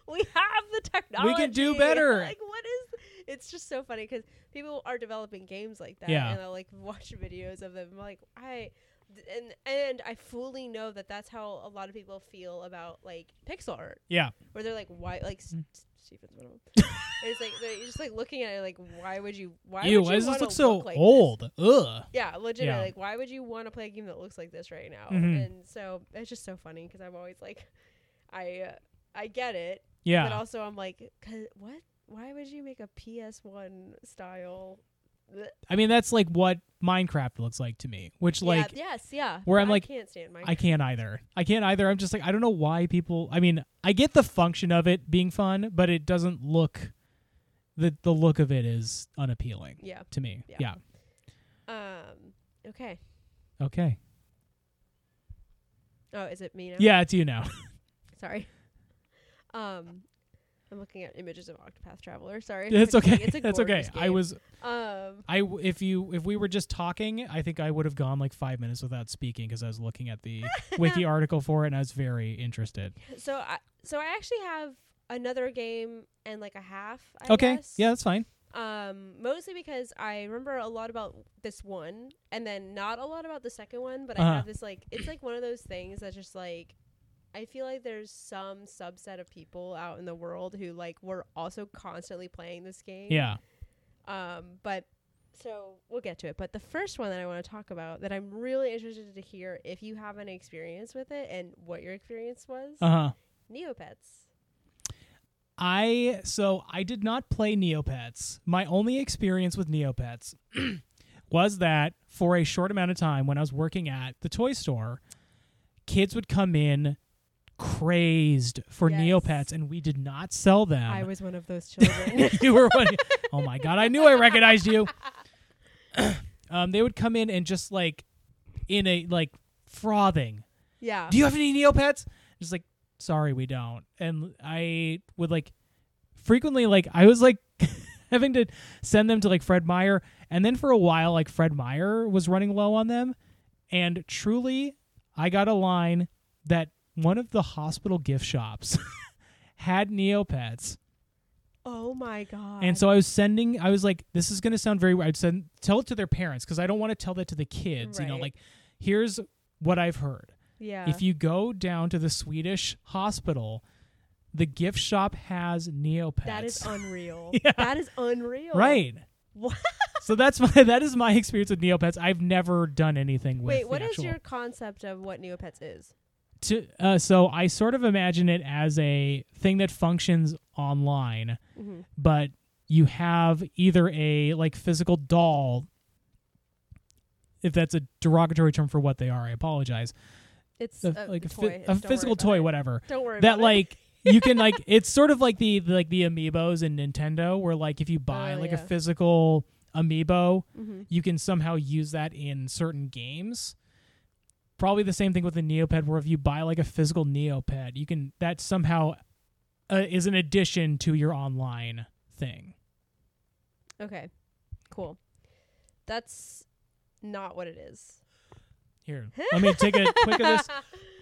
Speaker 2: we have the technology.
Speaker 1: do better.
Speaker 2: Like, what is? It's just so funny because people are developing games like that,
Speaker 1: Yeah.
Speaker 2: and I like watch videos of them. I'm like, I th- and and I fully know that that's how a lot of people feel about like pixel art,
Speaker 1: yeah.
Speaker 2: where they're like, why, like S-
Speaker 1: Mm.
Speaker 2: S- Stephen's one of them. it's like they're just like looking at it, like, why would you? Why
Speaker 1: Ew,
Speaker 2: would
Speaker 1: why
Speaker 2: you
Speaker 1: does this
Speaker 2: wanna
Speaker 1: look so
Speaker 2: like this?
Speaker 1: old? Ugh.
Speaker 2: Yeah, legitimately.
Speaker 1: Yeah.
Speaker 2: Like, why would you want to play a game that looks like this right now?
Speaker 1: Mhm.
Speaker 2: And so it's just so funny because I'm always like, I uh, I get it, but
Speaker 1: Yeah.
Speaker 2: also I'm like, "Cause- what? Why would you make a PS1 style? Blech."
Speaker 1: I mean that's like what Minecraft looks like to me, which like
Speaker 2: yeah, yes, yeah.
Speaker 1: where I'm
Speaker 2: I
Speaker 1: like,
Speaker 2: can't stand my.
Speaker 1: I can't either. I can't either. I'm just like I don't know why people. I mean, I get the function of it being fun, but it doesn't look the the look of it is unappealing
Speaker 2: yeah.
Speaker 1: to me. Yeah.
Speaker 2: Yeah. Um. Okay.
Speaker 1: Okay.
Speaker 2: Oh, is it me now?
Speaker 1: Yeah, it's you now.
Speaker 2: Sorry. Um, I'm looking at images of Octopath Traveler. Sorry.
Speaker 1: That's
Speaker 2: It's a-
Speaker 1: okay.
Speaker 2: It's a
Speaker 1: That's okay.
Speaker 2: gorgeous
Speaker 1: I
Speaker 2: game.
Speaker 1: was
Speaker 2: Um.
Speaker 1: I w- if you if we were just talking, I think I would have gone like 5 minutes without speaking because I was looking at the wiki article for it and I was very interested.
Speaker 2: So I. So I actually have another game and like a half. I
Speaker 1: okay.
Speaker 2: guess.
Speaker 1: Yeah, that's fine.
Speaker 2: Um, mostly because I remember a lot about this one, and then not a lot about the second one. But
Speaker 1: Uh-huh.
Speaker 2: I have this like it's like one of those things that just like I feel like there's some subset of people out in the world who like were also constantly playing this game.
Speaker 1: Yeah.
Speaker 2: Um, but so we'll get to it. But the first one that I want to talk about that I'm really interested to hear if you have any experience with it and what your experience was.
Speaker 1: Uh-huh.
Speaker 2: Neopets.
Speaker 1: I so I did not play Neopets. My only experience with Neopets was that for a short amount of time when I was working at the toy store, kids would come in crazed for
Speaker 2: Yes.
Speaker 1: Neopets and we did not sell them.
Speaker 2: I was one of those children.
Speaker 1: you were one. Oh my god, I knew I recognized you. um, they would come in and just like in a like frothing
Speaker 2: yeah.
Speaker 1: do you have any neopets just like sorry we don't and i would like frequently like i was like having to send them to like fred meyer and then for a while like fred meyer was running low on them and truly i got a line that one of the hospital gift shops had neopets
Speaker 2: Oh my god.
Speaker 1: And so I was sending, I was like, this is going to sound very weird. I'd send, tell it to their parents because I don't want to tell that to the kids. You know,
Speaker 2: Right.
Speaker 1: like, here's what I've heard.
Speaker 2: yeah.
Speaker 1: If you go down to the Swedish hospital, the gift shop has Neopets.
Speaker 2: that is unreal.
Speaker 1: Yeah.
Speaker 2: That is unreal.
Speaker 1: right.
Speaker 2: What?
Speaker 1: so that's my that is my experience with Neopets. I've never done anything with.
Speaker 2: Wait,
Speaker 1: the
Speaker 2: what is
Speaker 1: actual-
Speaker 2: your concept of what Neopets is?
Speaker 1: to uh, so I sort of imagine it as a thing that functions online,
Speaker 2: Mhm.
Speaker 1: but you have either a like physical doll, if that's a derogatory term for what they are, I apologize.
Speaker 2: It's
Speaker 1: A,
Speaker 2: a,
Speaker 1: like a,
Speaker 2: toy.
Speaker 1: phy- a
Speaker 2: Don't worry
Speaker 1: physical
Speaker 2: about
Speaker 1: toy,
Speaker 2: it.
Speaker 1: whatever.
Speaker 2: Don't worry
Speaker 1: That
Speaker 2: about it.
Speaker 1: like you can like it's sort of like the like the amiibos in Nintendo, where like if you buy
Speaker 2: Oh,
Speaker 1: like a
Speaker 2: yeah.
Speaker 1: physical amiibo,
Speaker 2: Mhm.
Speaker 1: you can somehow use that in certain games. Probably the same thing with the Neopet, where if you buy like a physical Neopet, you can that somehow uh, is an addition to your online thing.
Speaker 2: Okay. Cool. That's not what it is.
Speaker 1: Here, let me take a quick of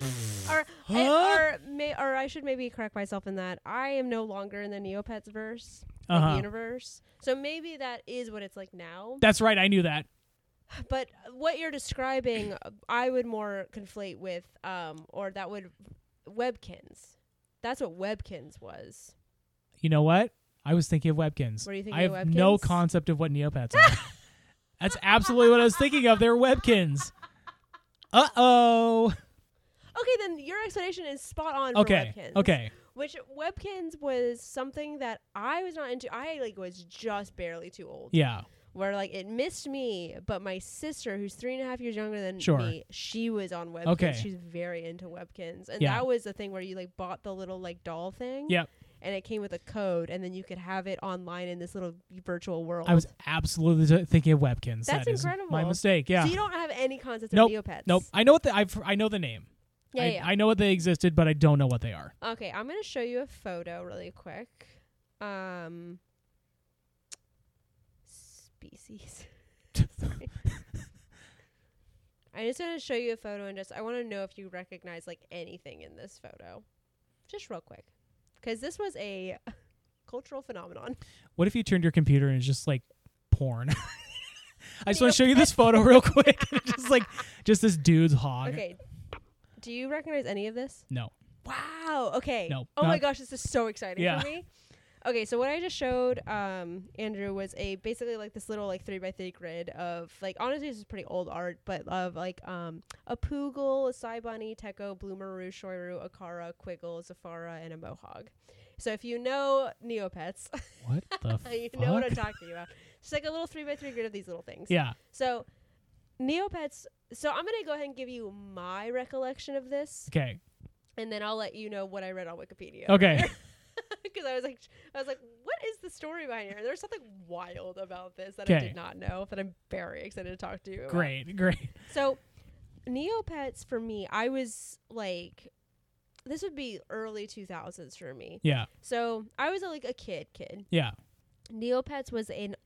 Speaker 1: this.
Speaker 2: or,
Speaker 1: Huh?
Speaker 2: or, may, or I should maybe correct myself in that I am no longer in the Neopets verse like,
Speaker 1: Uh-huh.
Speaker 2: universe. So maybe that is what it's like now.
Speaker 1: That's right, I knew that.
Speaker 2: But what you're describing, I would more conflate with, um, or that would Webkins. That's what Webkins was.
Speaker 1: You know what? I was thinking of Webkins.
Speaker 2: Were you thinking
Speaker 1: I have
Speaker 2: of
Speaker 1: no
Speaker 2: Webkins?
Speaker 1: concept of what Neopets are. That's absolutely what I was thinking of. They're Webkins. Uh oh.
Speaker 2: Okay, then your explanation is spot on. for
Speaker 1: Okay.
Speaker 2: Webkins.
Speaker 1: Okay.
Speaker 2: Which Webkins was something that I was not into. I like was just barely too old.
Speaker 1: Yeah.
Speaker 2: Where like it missed me, but my sister, who's three and a half years younger than
Speaker 1: Sure.
Speaker 2: me, she was on Webkins.
Speaker 1: Okay.
Speaker 2: She's very into Webkins, and
Speaker 1: Yeah.
Speaker 2: that was the thing where you like bought the little like doll thing.
Speaker 1: Yep.
Speaker 2: And it came with a code, and then you could have it online in this little virtual world.
Speaker 1: I was absolutely t- thinking of Webkins.
Speaker 2: That's
Speaker 1: That is My
Speaker 2: incredible.
Speaker 1: mistake. Yeah.
Speaker 2: So you don't have any concept
Speaker 1: Nope,
Speaker 2: of Neopets.
Speaker 1: Nope. I know what the, I've I know the name.
Speaker 2: Yeah,
Speaker 1: I,
Speaker 2: yeah, yeah.
Speaker 1: I know what they existed, but I don't know what they are.
Speaker 2: Okay, I'm gonna show you a photo really quick. Um, species. Sorry. I'm just gonna show you a photo and just I want to know if you recognize like anything in this photo, just real quick, because this was a cultural phenomenon.
Speaker 1: What if you turned your computer and it's just like porn? I just want to show you this photo real quick. just like just this dude's hog.
Speaker 2: Okay, do you recognize any of this?
Speaker 1: No.
Speaker 2: Wow. Okay.
Speaker 1: No,
Speaker 2: Oh my
Speaker 1: not-
Speaker 2: gosh, this is so exciting
Speaker 1: Yeah.
Speaker 2: for me. Okay, so what I just showed um, Andrew was a basically like this little like three by three grid of like honestly this is pretty old art, but of like um, a poogle, a sai bunny, teko, bloomeru, shoiru, akara, quiggle, zafara, and a mohog. So if you know Neopets,
Speaker 1: What the
Speaker 2: you
Speaker 1: fuck?
Speaker 2: know what I'm talking about. It's like a little three by three grid of these little things.
Speaker 1: yeah.
Speaker 2: So Neopets. So I'm gonna go ahead and give you my recollection of this
Speaker 1: Okay.
Speaker 2: and then I'll let you know what I read on Wikipedia.
Speaker 1: Okay.
Speaker 2: Because I was like, I was like, what is the story behind here? And there's something wild about this that I
Speaker 1: Okay.
Speaker 2: did not know, but I'm very excited to talk to you. about.
Speaker 1: Great. Great.
Speaker 2: So, Neopets for me, I was like, this would be early 2000s for me.
Speaker 1: Yeah.
Speaker 2: So I was like a kid, kid.
Speaker 1: Yeah.
Speaker 2: Neopets was an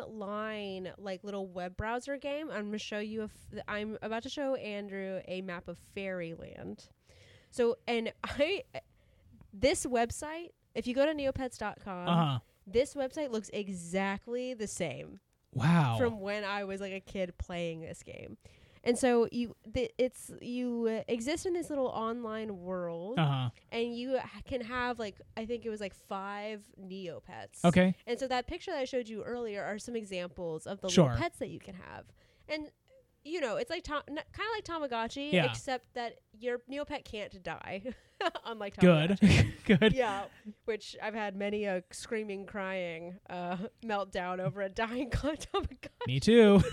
Speaker 2: online like little web browser game. I'm gonna show you. A f- I'm about to show Andrew a map of Fairyland. So and I, this website. If you go to neopets.com,
Speaker 1: Uh huh.
Speaker 2: this website looks exactly the same
Speaker 1: Wow.
Speaker 2: from when I was like a kid playing this game. And so you, th- it's you uh, exist in this little online world,
Speaker 1: uh huh.
Speaker 2: and you ha- can have like I think it was like five Neopets.
Speaker 1: Okay.
Speaker 2: And so that picture that I showed you earlier are some examples of the
Speaker 1: Sure.
Speaker 2: little pets that you can have. And you know, it's like to- kind of like Tamagotchi,
Speaker 1: Yeah.
Speaker 2: except that your Neopet can't die, unlike Tamagotchi.
Speaker 1: Good. Good.
Speaker 2: yeah, which I've had many a screaming, crying uh, meltdown over a dying Tamagotchi.
Speaker 1: Me too.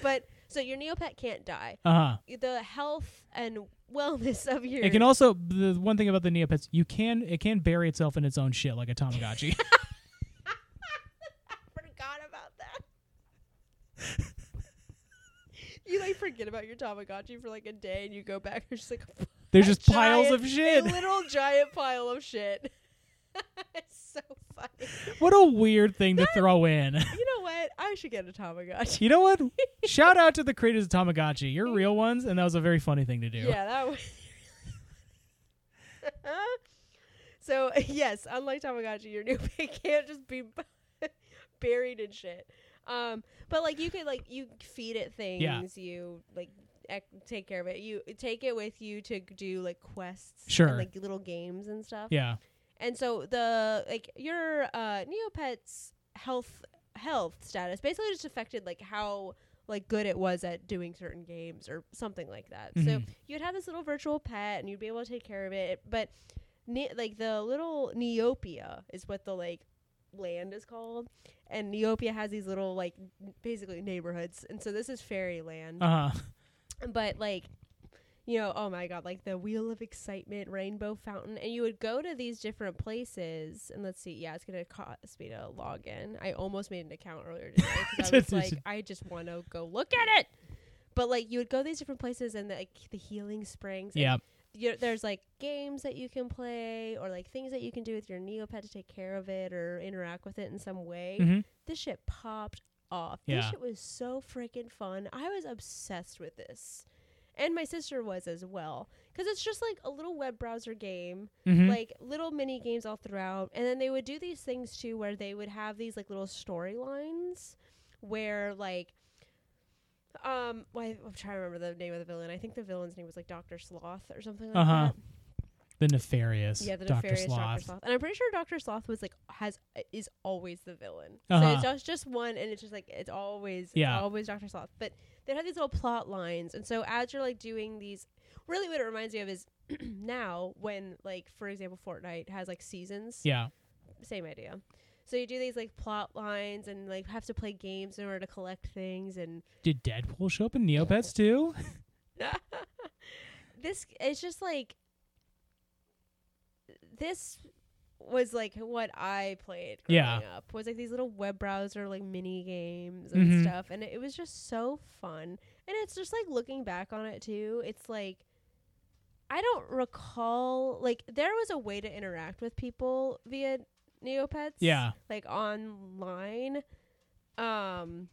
Speaker 2: But so your Neopet can't die.
Speaker 1: Uh huh.
Speaker 2: The health and wellness of your
Speaker 1: It can also the one thing about the Neopets, you can it can bury itself in its own shit like a Tamagotchi.
Speaker 2: forgot about that. you like forget about your Tamagotchi for like a day and you go back and it's just like a
Speaker 1: There's just piles
Speaker 2: giant-
Speaker 1: of shit.
Speaker 2: A literal giant pile of shit. it's so funny.
Speaker 1: What a weird thing to throw in.
Speaker 2: You know what? I should get a Tamagotchi.
Speaker 1: You know what? Shout out to the creators of Tamagotchi. You're real ones, and that was a very funny thing to do.
Speaker 2: Yeah, that was So yes, unlike Tamagotchi, your new pig can't just be buried in shit. Um, but like you could like you feed it things,
Speaker 1: Yeah.
Speaker 2: you like ec- take care of it. You take it with you to do like quests, and,
Speaker 1: Sure.
Speaker 2: like little games and stuff.
Speaker 1: Yeah.
Speaker 2: And so the like your uh Neopet's health health status basically just affected like how like good it was at doing certain games or something like that. So
Speaker 1: Mhm.
Speaker 2: you'd have this little virtual pet and you'd be able to take care of it, but ne- like the little Neopia is what the like land is called, and Neopia has these little like basically neighborhoods, and so this is fairyland
Speaker 1: Uh huh.
Speaker 2: but like you know oh my god like the wheel of excitement rainbow fountain and you would go to these different places and let's see yeah it's gonna cost me to log in i almost made an account earlier today 'cause i was like i just want to go look at it but like you would go to these different places and like the healing springs and
Speaker 1: Yeah.
Speaker 2: you there's like games that you can play or like things that you can do with your neopet to take care of it or interact with it in some way
Speaker 1: hmm
Speaker 2: this shit popped off. This
Speaker 1: Yeah.
Speaker 2: shit was so freaking fun. I was obsessed with this. And my sister was as well. Because it's just like a little web browser game,
Speaker 1: hmm
Speaker 2: like little mini games all throughout. And then they would do these things too where they would have these like little storylines where like. Um, well, I- I'm trying to remember the name of the villain. I think the villain's name was like Doctor Sloth or something like
Speaker 1: Uh-huh.
Speaker 2: that.
Speaker 1: the nefarious.
Speaker 2: Yeah, the
Speaker 1: Dr.
Speaker 2: nefarious
Speaker 1: Sloth.
Speaker 2: Doctor Sloth, and I'm pretty sure Doctor Sloth was like has uh, is always the villain. So
Speaker 1: Uh-huh.
Speaker 2: it's just, just one, and it's just like it's always
Speaker 1: Yeah.
Speaker 2: always Doctor Sloth. But they have these little plot lines, and so as you're like doing these, really what it reminds me of is now when like for example Fortnite has like seasons,
Speaker 1: Yeah.
Speaker 2: same idea. So you do these like plot lines and like have to play games in order to collect things and
Speaker 1: Did Deadpool show up in Neopets too?
Speaker 2: this it's just like this was like what I played growing
Speaker 1: Yeah.
Speaker 2: up was like these little web browser like mini games and
Speaker 1: Mhm.
Speaker 2: stuff and it, it was just so fun and it's just like looking back on it too it's like I don't recall like there was a way to interact with people via Neopets
Speaker 1: Yeah.
Speaker 2: like online um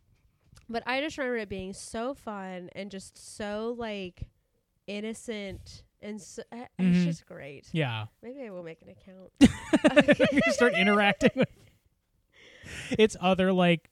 Speaker 2: but i just remember it being so fun and just so like innocent and so, uh, it's
Speaker 1: Mhm.
Speaker 2: just great
Speaker 1: Yeah.
Speaker 2: maybe i will make an account
Speaker 1: you start interacting with it's other like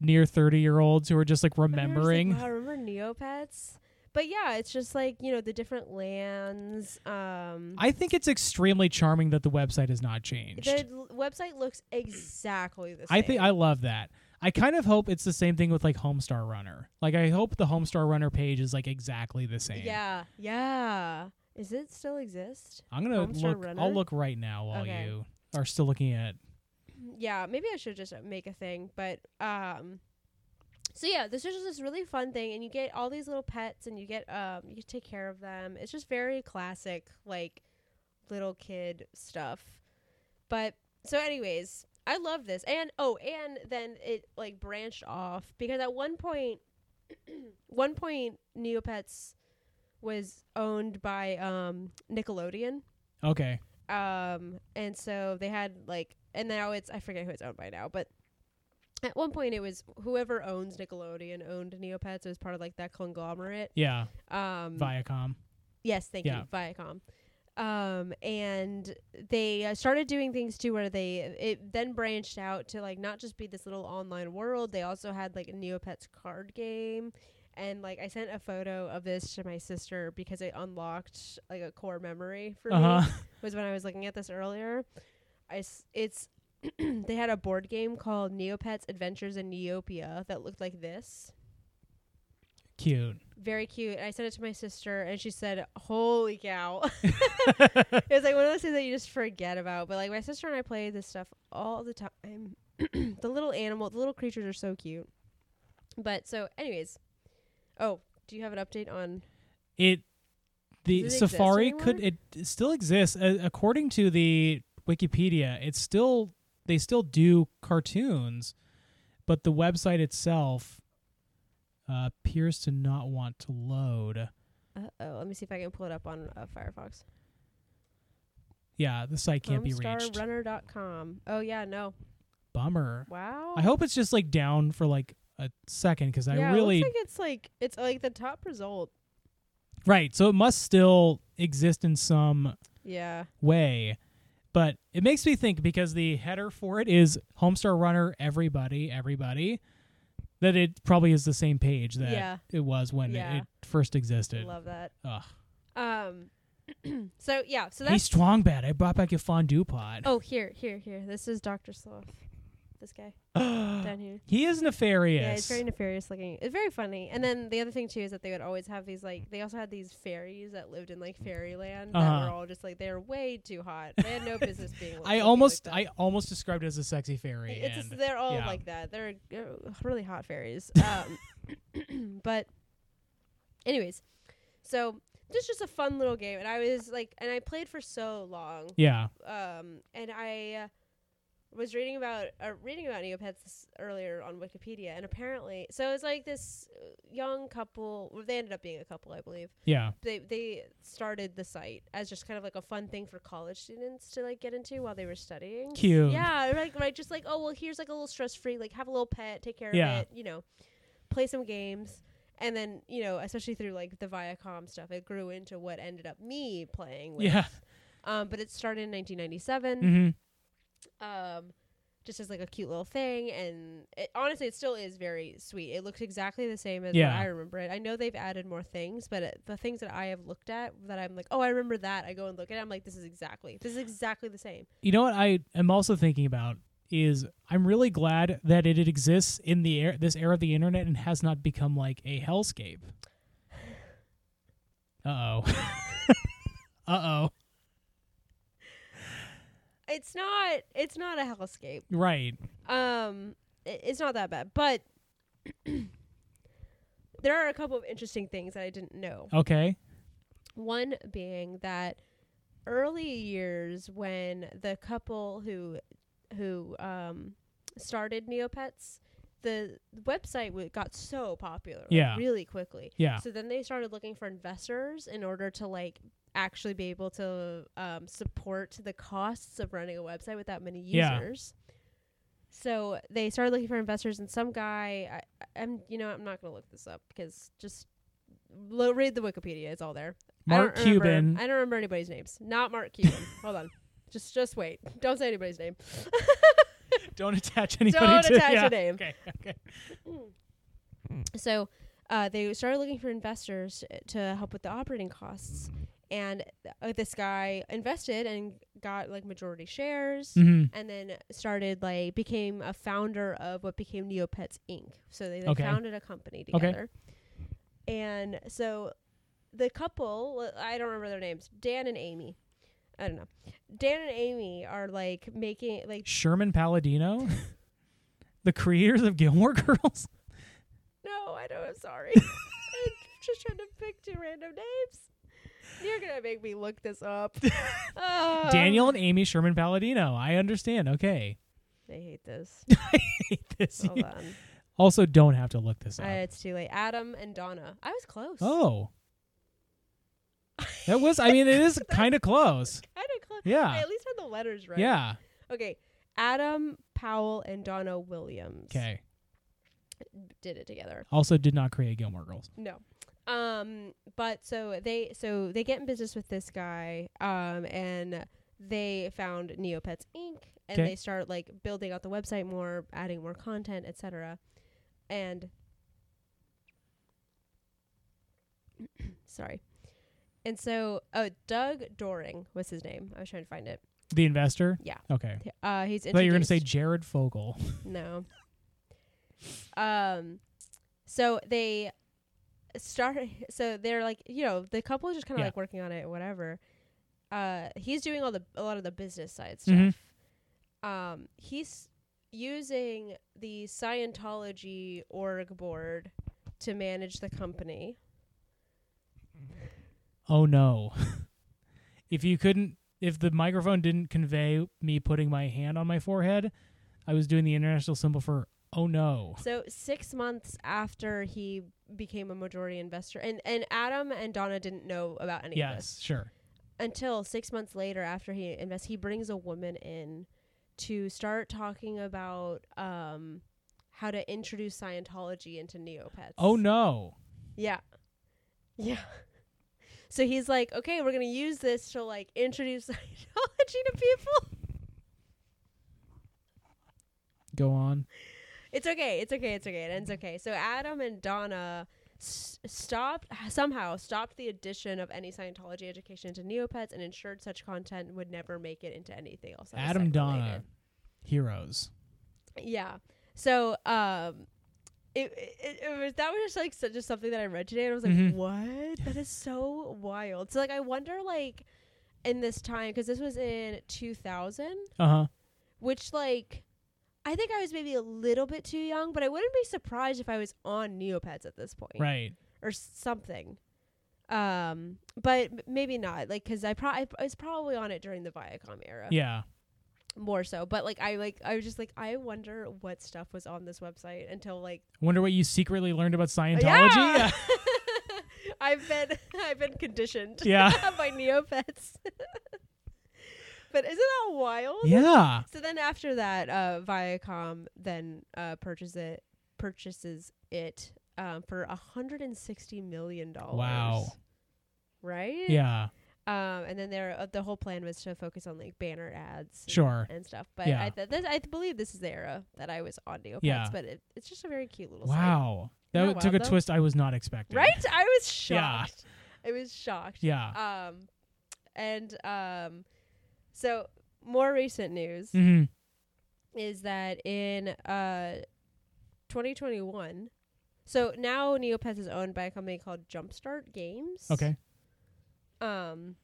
Speaker 1: near 30 year olds who are just like
Speaker 2: But I was like,
Speaker 1: remembering
Speaker 2: wow, remember neopets but yeah it's just like you know the different lands um
Speaker 1: i think it's extremely charming that the website has not changed
Speaker 2: the l- website looks exactly the same
Speaker 1: i think i love that i kind of hope it's the same thing with like homestar runner like i hope the homestar runner page is like exactly the same
Speaker 2: yeah yeah is it still exist
Speaker 1: i'm gonna
Speaker 2: Homestar
Speaker 1: look
Speaker 2: Runner?
Speaker 1: i'll look right now while
Speaker 2: Okay.
Speaker 1: you are still looking at
Speaker 2: yeah, maybe I should just uh, make a thing, but um so yeah, this is just this really fun thing and you get all these little pets and you get um you take care of them. It's just very classic like little kid stuff. But so anyways, I love this. And oh, and then it like branched off because at one point one point Neopets was owned by um Nickelodeon.
Speaker 1: okay
Speaker 2: Um, and so they had like, and now it's I forget who it's owned by now, but at one point it was whoever owns Nickelodeon owned Neopets. It was part of like that conglomerate.
Speaker 1: yeah
Speaker 2: Um,
Speaker 1: viacom
Speaker 2: yes, thank
Speaker 1: Yeah.
Speaker 2: you, Viacom. Um, and they uh, started doing things too, where they it then branched out to like not just be this little online world. They also had like a Neopets card game. And like I sent a photo of this to my sister because it unlocked like a core memory for me
Speaker 1: uh-huh
Speaker 2: was when I was looking at this earlier. I s- it's they had a board game called Neopets Adventures in Neopia that looked like this.
Speaker 1: cute
Speaker 2: Very cute. And I sent it to my sister and she said, "Holy cow." it was like one of those things that you just forget about, but like my sister and I play this stuff all the time. the little animal, the little creatures are so cute. But so anyways, oh, do you have an update on
Speaker 1: it the
Speaker 2: Does it exist
Speaker 1: safari
Speaker 2: anymore?
Speaker 1: could it still exists uh, according to the wikipedia it's still they still do cartoons but the website itself uh, appears to not want to load
Speaker 2: Uh-oh, let me see if I can pull it up on uh, Firefox.
Speaker 1: yeah the site can't be reached
Speaker 2: Homestarrunner.com. Oh yeah, no.
Speaker 1: bummer
Speaker 2: Wow.
Speaker 1: i hope it's just like down for like a second because i
Speaker 2: Oh. yeah,
Speaker 1: really
Speaker 2: it looks like it's like it's like the top result.
Speaker 1: right so it must still exist in some
Speaker 2: Yeah.
Speaker 1: way But it makes me think because the header for it is Homestar Runner Everybody Everybody that it probably is the same page that
Speaker 2: Yeah.
Speaker 1: it was when
Speaker 2: Yeah.
Speaker 1: it, it first existed.
Speaker 2: Love that.
Speaker 1: Ugh.
Speaker 2: Um, so yeah, so
Speaker 1: Hey,
Speaker 2: that's
Speaker 1: strong bad. I brought back your fondue pot.
Speaker 2: oh here, here, here. This is Doctor Sloth. This guy
Speaker 1: Uh,
Speaker 2: down here.
Speaker 1: he is nefarious.
Speaker 2: Yeah, it's very nefarious looking. It's very funny. And then the other thing too is that they would always have these like they also had these fairies that lived in like fairyland that
Speaker 1: Uh-huh.
Speaker 2: were all just like they're way too hot. They had no business being. look-
Speaker 1: I
Speaker 2: looking
Speaker 1: almost
Speaker 2: like that.
Speaker 1: I almost described it as a sexy fairy.
Speaker 2: It's
Speaker 1: and
Speaker 2: they're all
Speaker 1: yeah.
Speaker 2: like that. They're uh, really hot fairies. Um, but anyways, so this is just a fun little game, and I was like, and I played for so long,
Speaker 1: yeah.
Speaker 2: um, and I uh, was reading about uh, reading about Neopets this earlier on Wikipedia, and apparently, so it's like this uh, young couple. Well, they ended up being a couple, I believe.
Speaker 1: Yeah.
Speaker 2: They they started the site as just kind of like a fun thing for college students to like get into while they were studying.
Speaker 1: Cute.
Speaker 2: Yeah, like right, just like oh well, here's like a little stress free, like have a little pet, take care
Speaker 1: Yeah.
Speaker 2: of it, you know, play some games, and then you know, especially through like the Viacom stuff, it grew into what ended up me playing with.
Speaker 1: Yeah.
Speaker 2: Um, but it started in 1997,
Speaker 1: hmm Mm-hmm.
Speaker 2: um, just as like a cute little thing, and it, honestly, it still is very sweet. It looks exactly the same as
Speaker 1: Yeah.
Speaker 2: what I remember it. I know they've added more things, but it, the things that I have looked at that I'm like, oh, I remember that. I go and look at it. I'm like, this is exactly, this is exactly the same.
Speaker 1: You know what I am also thinking about is I'm really glad that it exists in the air this era of the internet and has not become like a hellscape. Uh oh. uh oh.
Speaker 2: It's not, it's not a hellscape.
Speaker 1: Right.
Speaker 2: Um, i- it's not that bad, but there are a couple of interesting things that I didn't know.
Speaker 1: Okay.
Speaker 2: One being that early years when the couple who who um started Neopets, the website w- got so popular like,
Speaker 1: Yeah.
Speaker 2: really quickly.
Speaker 1: Yeah.
Speaker 2: So then they started looking for investors in order to like actually be able to um, support the costs of running a website with that many
Speaker 1: Yeah.
Speaker 2: users. So they started looking for investors, and some guy, I, I'm, you know, I'm not gonna look this up because just lo- read the Wikipedia; it's all there. I
Speaker 1: Mark
Speaker 2: don't remember-
Speaker 1: Cuban.
Speaker 2: I don't remember anybody's names. Not Mark Cuban. Hold on, just just wait. Don't say anybody's name.
Speaker 1: Don't attach anybody
Speaker 2: Don't
Speaker 1: to
Speaker 2: attach
Speaker 1: yeah.
Speaker 2: a name.
Speaker 1: Okay. Okay.
Speaker 2: So uh, they started looking for investors eh, to help with the operating costs, and uh, this guy invested and got like majority shares,
Speaker 1: hmm
Speaker 2: and then started like became a founder of what became Neopets Inc. So they like,
Speaker 1: Okay.
Speaker 2: founded a company
Speaker 1: Okay.
Speaker 2: together, and so the couple I don't remember their names, Dan and Amy. I don't know. Dan and Amy are like making like
Speaker 1: Sherman Palladino? the creators of Gilmore Girls?
Speaker 2: No, I know. I'm sorry. I'm just trying to pick two random names. You're gonna make me look this up. Oh,
Speaker 1: Daniel and Amy Sherman Palladino. I understand. Okay.
Speaker 2: I hate this.
Speaker 1: This-
Speaker 2: Hold on.
Speaker 1: also, don't have to look this up.
Speaker 2: Uh, it's too late. Adam and Donna. I was close.
Speaker 1: oh. That was, I mean, it is kind of close.
Speaker 2: Kind of close.
Speaker 1: Yeah.
Speaker 2: I at least had the letters right.
Speaker 1: Yeah.
Speaker 2: Okay. Adam Powell and Donna Williams.
Speaker 1: Okay.
Speaker 2: Did it together.
Speaker 1: Also, did not create Gilmore Girls.
Speaker 2: No. Um, but so they so they get in business with this guy, um, and they found Neopets Inc. and
Speaker 1: 'Kay.
Speaker 2: they start like building out the website more, adding more content, etc. And sorry. And so oh Doug Doring was his name. I was trying to find it.
Speaker 1: The investor?
Speaker 2: Yeah.
Speaker 1: Okay.
Speaker 2: Uh he's
Speaker 1: I thought you were going to
Speaker 2: introduced-
Speaker 1: say Jared Fogle.
Speaker 2: no. Um, so they start. So they're like, you know, the couple is just kind of
Speaker 1: Yeah.
Speaker 2: like working on it, whatever. Uh, he's doing all the a lot of the business side stuff.
Speaker 1: Mhm.
Speaker 2: Um, he's using the Scientology org board to manage the company.
Speaker 1: Oh, no. if you couldn't, if the microphone didn't convey me putting my hand on my forehead, I was doing the international symbol for oh no.
Speaker 2: So six months after he became a majority investor, and and Adam and Donna didn't know about any of this.
Speaker 1: Yes, sure.
Speaker 2: until six months later after he invests he brings a woman in to start talking about um how to introduce scientology into neopets
Speaker 1: Oh, no.
Speaker 2: yeah yeah so he's like okay we're gonna use this to like introduce scientology pitching to people.
Speaker 1: Go on.
Speaker 2: It's okay. It's okay. It's okay. It ends okay. So Adam and Donna s- stopped somehow stopped the addition of any Scientology education to Neopets and ensured such content would never make it into anything else. that was
Speaker 1: Adam
Speaker 2: sect
Speaker 1: Donna,
Speaker 2: related.
Speaker 1: heroes.
Speaker 2: Yeah. So um, it, it, it was that was just like such, just something that I read today, and I was like,
Speaker 1: Mhm.
Speaker 2: what? That is so wild. So like, I wonder like in this time because this was in 2000
Speaker 1: Uh huh.
Speaker 2: which like I think I was maybe a little bit too young, but I wouldn't be surprised if I was on Neopets at this point,
Speaker 1: Right.
Speaker 2: Or something. Um, but m- maybe not, like, cause I probably I was probably on it during the Viacom era,
Speaker 1: Yeah.
Speaker 2: more so. But like, I like I was just like, I wonder what stuff was on this website until like
Speaker 1: Wonder what you secretly learned about Scientology.
Speaker 2: Yeah! I've been I've been conditioned,
Speaker 1: Yeah.
Speaker 2: by Neopets. but isn't that wild?
Speaker 1: Yeah.
Speaker 2: So then after that, uh, Viacom then uh, purchases it purchases it um, for hundred and sixty million dollars.
Speaker 1: Wow.
Speaker 2: Right.
Speaker 1: Yeah.
Speaker 2: Um, and then there, uh, the whole plan was to focus on like banner ads. and-
Speaker 1: Sure.
Speaker 2: And stuff, but
Speaker 1: Yeah.
Speaker 2: I th- this, I believe this is the era that I was on Neopets.
Speaker 1: Yeah.
Speaker 2: But it, it's just a very cute little. site.
Speaker 1: Wow. That
Speaker 2: Isn't that
Speaker 1: took
Speaker 2: wild,
Speaker 1: a
Speaker 2: though?
Speaker 1: twist I was not expecting.
Speaker 2: Right? I was
Speaker 1: Yeah.
Speaker 2: shocked. I was shocked.
Speaker 1: Yeah.
Speaker 2: Um, and um, so more recent news.
Speaker 1: hmm
Speaker 2: is that in uh 2021 so now neopets is owned by a company called jumpstart games
Speaker 1: Okay.
Speaker 2: um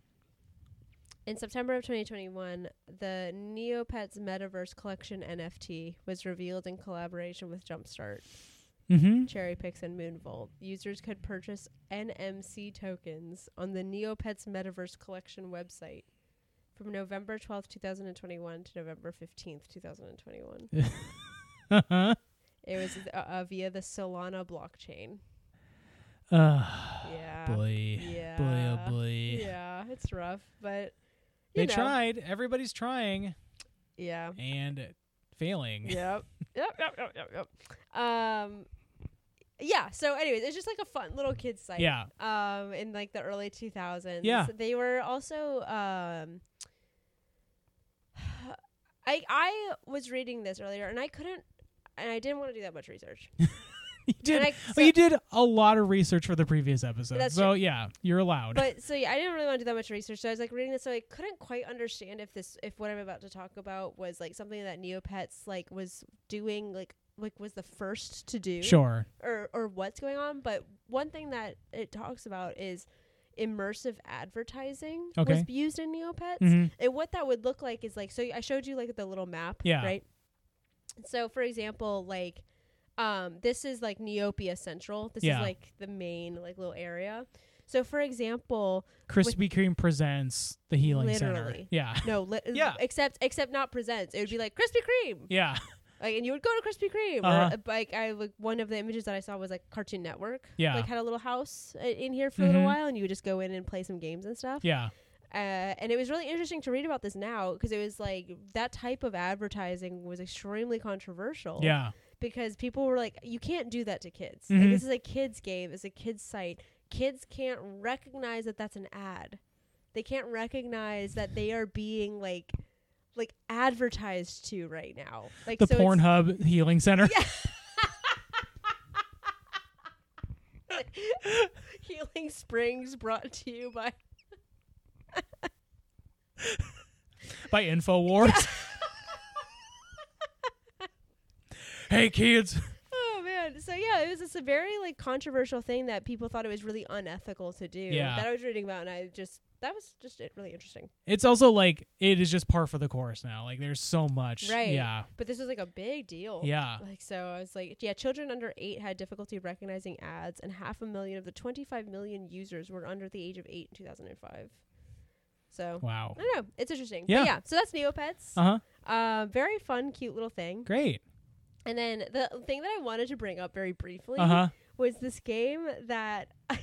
Speaker 2: in september of 2021 the neopets metaverse collection nft was revealed in collaboration with jumpstart
Speaker 1: Mm-hmm.
Speaker 2: cherry picks and moonvolt users could purchase nmc tokens on the neopets metaverse collection website from november 12th 2021 to november 15th 2021
Speaker 1: Uh-huh.
Speaker 2: It was uh, uh, via the Solana blockchain.
Speaker 1: Uh,
Speaker 2: Yeah.
Speaker 1: boy.
Speaker 2: Yeah.
Speaker 1: Boy, oh boy.
Speaker 2: Yeah, it's rough, but you
Speaker 1: They
Speaker 2: know.
Speaker 1: tried. Everybody's trying
Speaker 2: Yeah.
Speaker 1: and failing.
Speaker 2: Yep. yep. Yep. Yep. Yep. Yep. Um. Yeah. So, anyways, it's just like a fun little kids site.
Speaker 1: Yeah.
Speaker 2: Um. In like the early 2000s.
Speaker 1: Yeah.
Speaker 2: They were also um. I I was reading this earlier and I couldn't and I didn't want to do that much research.
Speaker 1: You did.
Speaker 2: And I, so-
Speaker 1: well, you did a lot of research for the previous episode.
Speaker 2: That's
Speaker 1: so yeah, you're allowed.
Speaker 2: but so yeah, I didn't really want to do that much research. So I was like reading this, so I couldn't quite understand if this, if what I'm about to talk about was like something that Neopets like was doing, like like was the first to do,
Speaker 1: sure.
Speaker 2: or or what's going on. But one thing that it talks about is immersive advertising was
Speaker 1: Okay.
Speaker 2: used in Neopets,
Speaker 1: hmm
Speaker 2: and what that would look like is like so I showed you like the little map,
Speaker 1: Yeah.
Speaker 2: right? So for example, like um, this is like Neopia Central. This
Speaker 1: Yeah.
Speaker 2: is like the main like little area. So for example,
Speaker 1: Krispy Kreme presents the Healing Center.
Speaker 2: Literally.
Speaker 1: Yeah.
Speaker 2: no, li-
Speaker 1: Yeah.
Speaker 2: except except not presents. It would be like Krispy Kreme,
Speaker 1: Yeah.
Speaker 2: like, and you would go to Krispy Kreme.
Speaker 1: Uh-huh.
Speaker 2: Or, uh, like I like one of the images that I saw was like Cartoon Network.
Speaker 1: Yeah.
Speaker 2: like had a little house uh, in here for a little
Speaker 1: Mhm.
Speaker 2: while, and you would just go in and play some games and stuff.
Speaker 1: Yeah.
Speaker 2: Uh, and it was really interesting to read about this now because it was like that type of advertising was extremely controversial.
Speaker 1: Yeah.
Speaker 2: because people were like, you can't do that to kids.
Speaker 1: Mhm.
Speaker 2: Like this is a kids game. It's a kids site. Kids can't recognize that that's an ad. They can't recognize that they are being like like advertised to right now. Like
Speaker 1: The
Speaker 2: so it's-
Speaker 1: Pornhub Healing Center.
Speaker 2: Healing Springs brought to you by
Speaker 1: by InfoWars. hey kids.
Speaker 2: Oh man. So yeah, it was just a very like controversial thing that people thought it was really unethical to do.
Speaker 1: Yeah.
Speaker 2: That I was reading about and I just that was just it really interesting.
Speaker 1: It's also like it is just par for the course now. Like there's so much.
Speaker 2: Right.
Speaker 1: Yeah.
Speaker 2: But this was like a big deal.
Speaker 1: Yeah.
Speaker 2: Like so, I was like, yeah, children under eight had difficulty recognizing ads, and half a million of the 25 million users were under the age of eight in 2005. So
Speaker 1: Wow.
Speaker 2: I don't know, it's interesting.
Speaker 1: Yeah.
Speaker 2: but yeah. So that's Neopets.
Speaker 1: Uh huh.
Speaker 2: Uh, very fun, cute little thing.
Speaker 1: Great.
Speaker 2: And then the thing that I wanted to bring up very briefly
Speaker 1: Uh huh.
Speaker 2: was this game that I,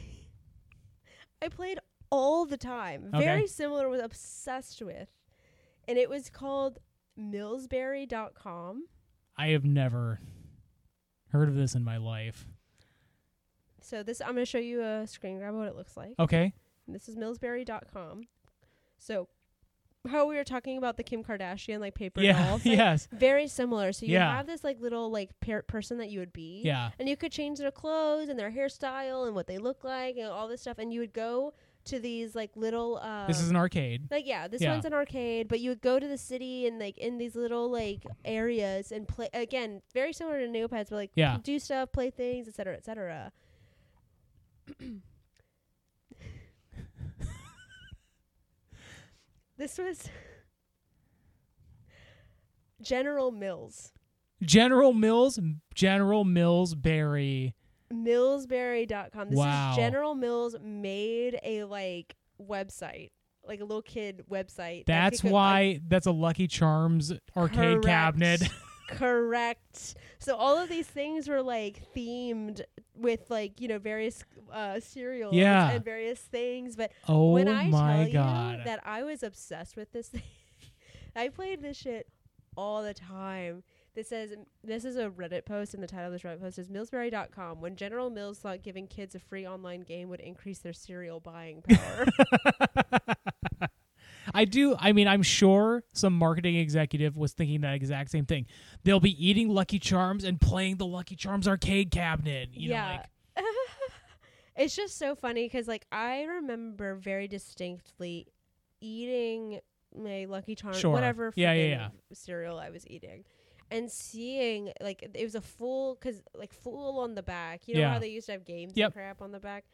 Speaker 2: I played all the time.
Speaker 1: Okay.
Speaker 2: Very similar, was obsessed with, and it was called Millsberry.com.
Speaker 1: I have never heard of this in my life.
Speaker 2: So this, I'm going to show you a screen grab of what it looks like.
Speaker 1: Okay.
Speaker 2: This is Millsberry.com. So how we were talking about the Kim Kardashian like paper
Speaker 1: yeah.
Speaker 2: dolls. like,
Speaker 1: yes.
Speaker 2: Very similar. So you
Speaker 1: Yeah.
Speaker 2: have this like little like par- person that you would be.
Speaker 1: Yeah.
Speaker 2: And you could change their clothes and their hairstyle and what they look like and all this stuff. And you would go to these like little. Um,
Speaker 1: this is an arcade.
Speaker 2: like yeah, this
Speaker 1: Yeah.
Speaker 2: one's an arcade, but you would go to the city and like in these little like areas and play again, very similar to Neopets, but like
Speaker 1: Yeah.
Speaker 2: do stuff, play things, etc., etc. this was General Mills,
Speaker 1: General Mills, General Mills Berry.
Speaker 2: Millsberry.com. This
Speaker 1: Wow.
Speaker 2: is General Mills made a like website, like a little kid website. that
Speaker 1: That's
Speaker 2: you could, like,
Speaker 1: why that's a Lucky Charms arcade
Speaker 2: Correct.
Speaker 1: cabinet.
Speaker 2: Correct. So all of these things were like themed with like you know various uh, cereals
Speaker 1: Yeah.
Speaker 2: and various things. But
Speaker 1: Oh
Speaker 2: when I
Speaker 1: my
Speaker 2: tell you
Speaker 1: god.
Speaker 2: that I was obsessed with this thing, I played this shit all the time. This says this is a Reddit post, and the title of this Reddit post is Millsberry.com. When General Mills thought giving kids a free online game would increase their cereal buying power.
Speaker 1: I do. I mean, I'm sure some marketing executive was thinking that exact same thing. They'll be eating Lucky Charms and playing the Lucky Charms arcade cabinet. You know, like,
Speaker 2: it's just so funny because like I remember very distinctly eating my Lucky Charms,
Speaker 1: Sure.
Speaker 2: whatever
Speaker 1: Yeah, yeah,
Speaker 2: freaking
Speaker 1: yeah.
Speaker 2: cereal I was eating, and seeing like it was a full because like full on the back. You know
Speaker 1: Yeah.
Speaker 2: how they used to have games
Speaker 1: Yep.
Speaker 2: and crap on the back.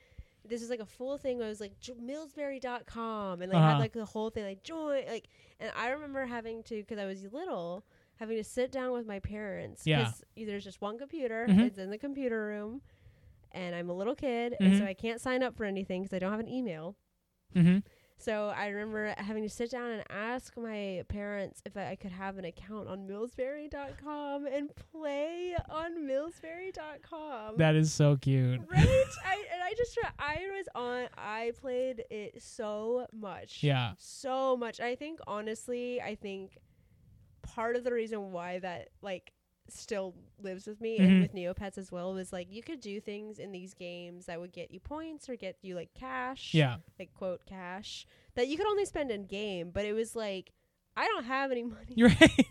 Speaker 2: This is like a full thing. Where it was like "J- Millsberry.com and like had
Speaker 1: Uh-huh.
Speaker 2: like the whole thing like join like. And I remember having to because I was little having to sit down with my parents
Speaker 1: Yeah.
Speaker 2: because there's just one computer.
Speaker 1: Mhm.
Speaker 2: It's in the computer room, and I'm a little kid, and so
Speaker 1: Mhm.
Speaker 2: I can't sign up for anything because I don't have an email.
Speaker 1: mm-hmm.
Speaker 2: So I remember having to sit down and ask my parents if I, I could have an account on Millsberry.com and play on Millsberry.com.
Speaker 1: that is so cute.
Speaker 2: right? I, and I just try, I was on. I played it so much.
Speaker 1: Yeah.
Speaker 2: So much. I think honestly, I think part of the reason why that like still lives with me
Speaker 1: Mhm.
Speaker 2: and with Neopets as well was like you could do things in these games that would get you points or get you like cash.
Speaker 1: Yeah.
Speaker 2: Like quote cash that you could only spend in game, but it was like I don't have any money.
Speaker 1: You're right.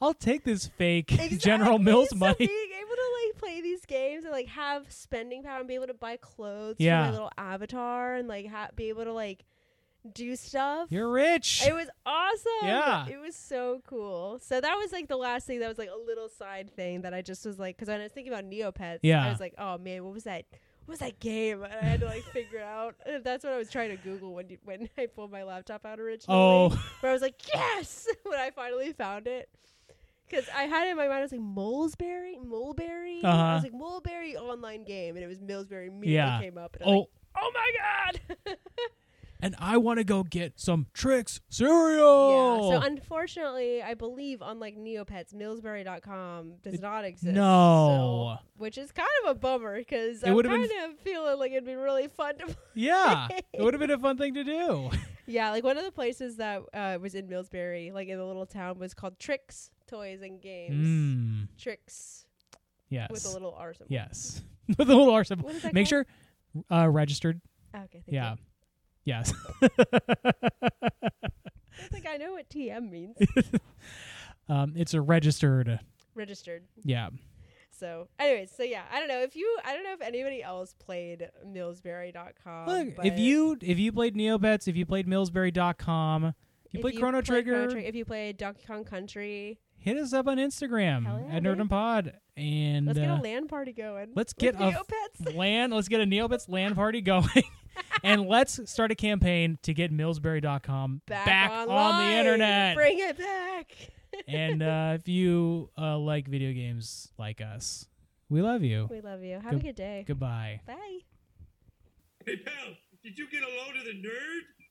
Speaker 1: I'll take this fake General
Speaker 2: Exactly.
Speaker 1: Mills
Speaker 2: So
Speaker 1: money.
Speaker 2: Being able to like play these games and like have spending power and be able to buy clothes for
Speaker 1: Yeah.
Speaker 2: my little avatar and like ha- be able to like do stuff.
Speaker 1: You're rich.
Speaker 2: it was awesome.
Speaker 1: Yeah.
Speaker 2: It was so cool. So that was like the last thing that was like a little side thing that I just was like, because when I was thinking about Neopets,
Speaker 1: Yeah.
Speaker 2: I was like, oh man, what was that? What was that game? And I had to like figure out. That's what I was trying to Google when when I pulled my laptop out originally
Speaker 1: oh,
Speaker 2: where I was like, yes, when I finally found it. Because I had it in my mind, I was like, Molesberry? Mulberry? I
Speaker 1: Uh-huh.
Speaker 2: was like, Mulberry online game. And it was Millsberry immediately
Speaker 1: Yeah.
Speaker 2: came up. And I was
Speaker 1: oh,
Speaker 2: like, oh my God.
Speaker 1: and I want to go get some tricks
Speaker 2: yeah.
Speaker 1: cereal.
Speaker 2: So unfortunately, I believe, unlike Neopets, Millsberry.com does not exist.
Speaker 1: no.
Speaker 2: so- which is kind of a bummer because
Speaker 1: It
Speaker 2: I'm
Speaker 1: would've
Speaker 2: kind
Speaker 1: been
Speaker 2: of feeling like it'd be really fun to
Speaker 1: yeah, it would have been a fun thing to do.
Speaker 2: Yeah, like one of the places that uh, was in Millsbury, like in the little town, was called Tricks Toys and Games.
Speaker 1: Mm,
Speaker 2: Tricks
Speaker 1: yes.
Speaker 2: with a little R symbol.
Speaker 1: Yes. With a little R symbol.
Speaker 2: What is that
Speaker 1: Make
Speaker 2: called?
Speaker 1: sure uh, registered.
Speaker 2: Okay, thank
Speaker 1: yeah.
Speaker 2: you.
Speaker 1: Yes.
Speaker 2: It's like I know what TM means.
Speaker 1: um, it's a registered.
Speaker 2: Registered.
Speaker 1: Yeah.
Speaker 2: So, anyways, so yeah, I don't know if you, I don't know if anybody else played Millsberry.com.
Speaker 1: Look,
Speaker 2: Um, but
Speaker 1: if you if you played Neobets, if you played Millsberry.com, if you played Chrono
Speaker 2: played
Speaker 1: Trigger,
Speaker 2: if you played Donkey Kong Country,
Speaker 1: hit us up on Instagram
Speaker 2: Hell yeah,
Speaker 1: at
Speaker 2: dude.
Speaker 1: Nerd and Pod and
Speaker 2: let's get
Speaker 1: uh,
Speaker 2: a land party going.
Speaker 1: let's
Speaker 2: with
Speaker 1: get a f-
Speaker 2: Neopets.
Speaker 1: LAN. Let's get a Neobets LAN party going. and let's start a campaign to get Millsberry.com
Speaker 2: back,
Speaker 1: on the
Speaker 2: online.
Speaker 1: internet.
Speaker 2: Bring it back.
Speaker 1: and uh, if you uh, like video games like us, we love you.
Speaker 2: We love you. Have a
Speaker 1: Good-
Speaker 2: good day.
Speaker 1: Goodbye.
Speaker 2: Bye.
Speaker 3: Hey, pal, did you get a load of the nerd?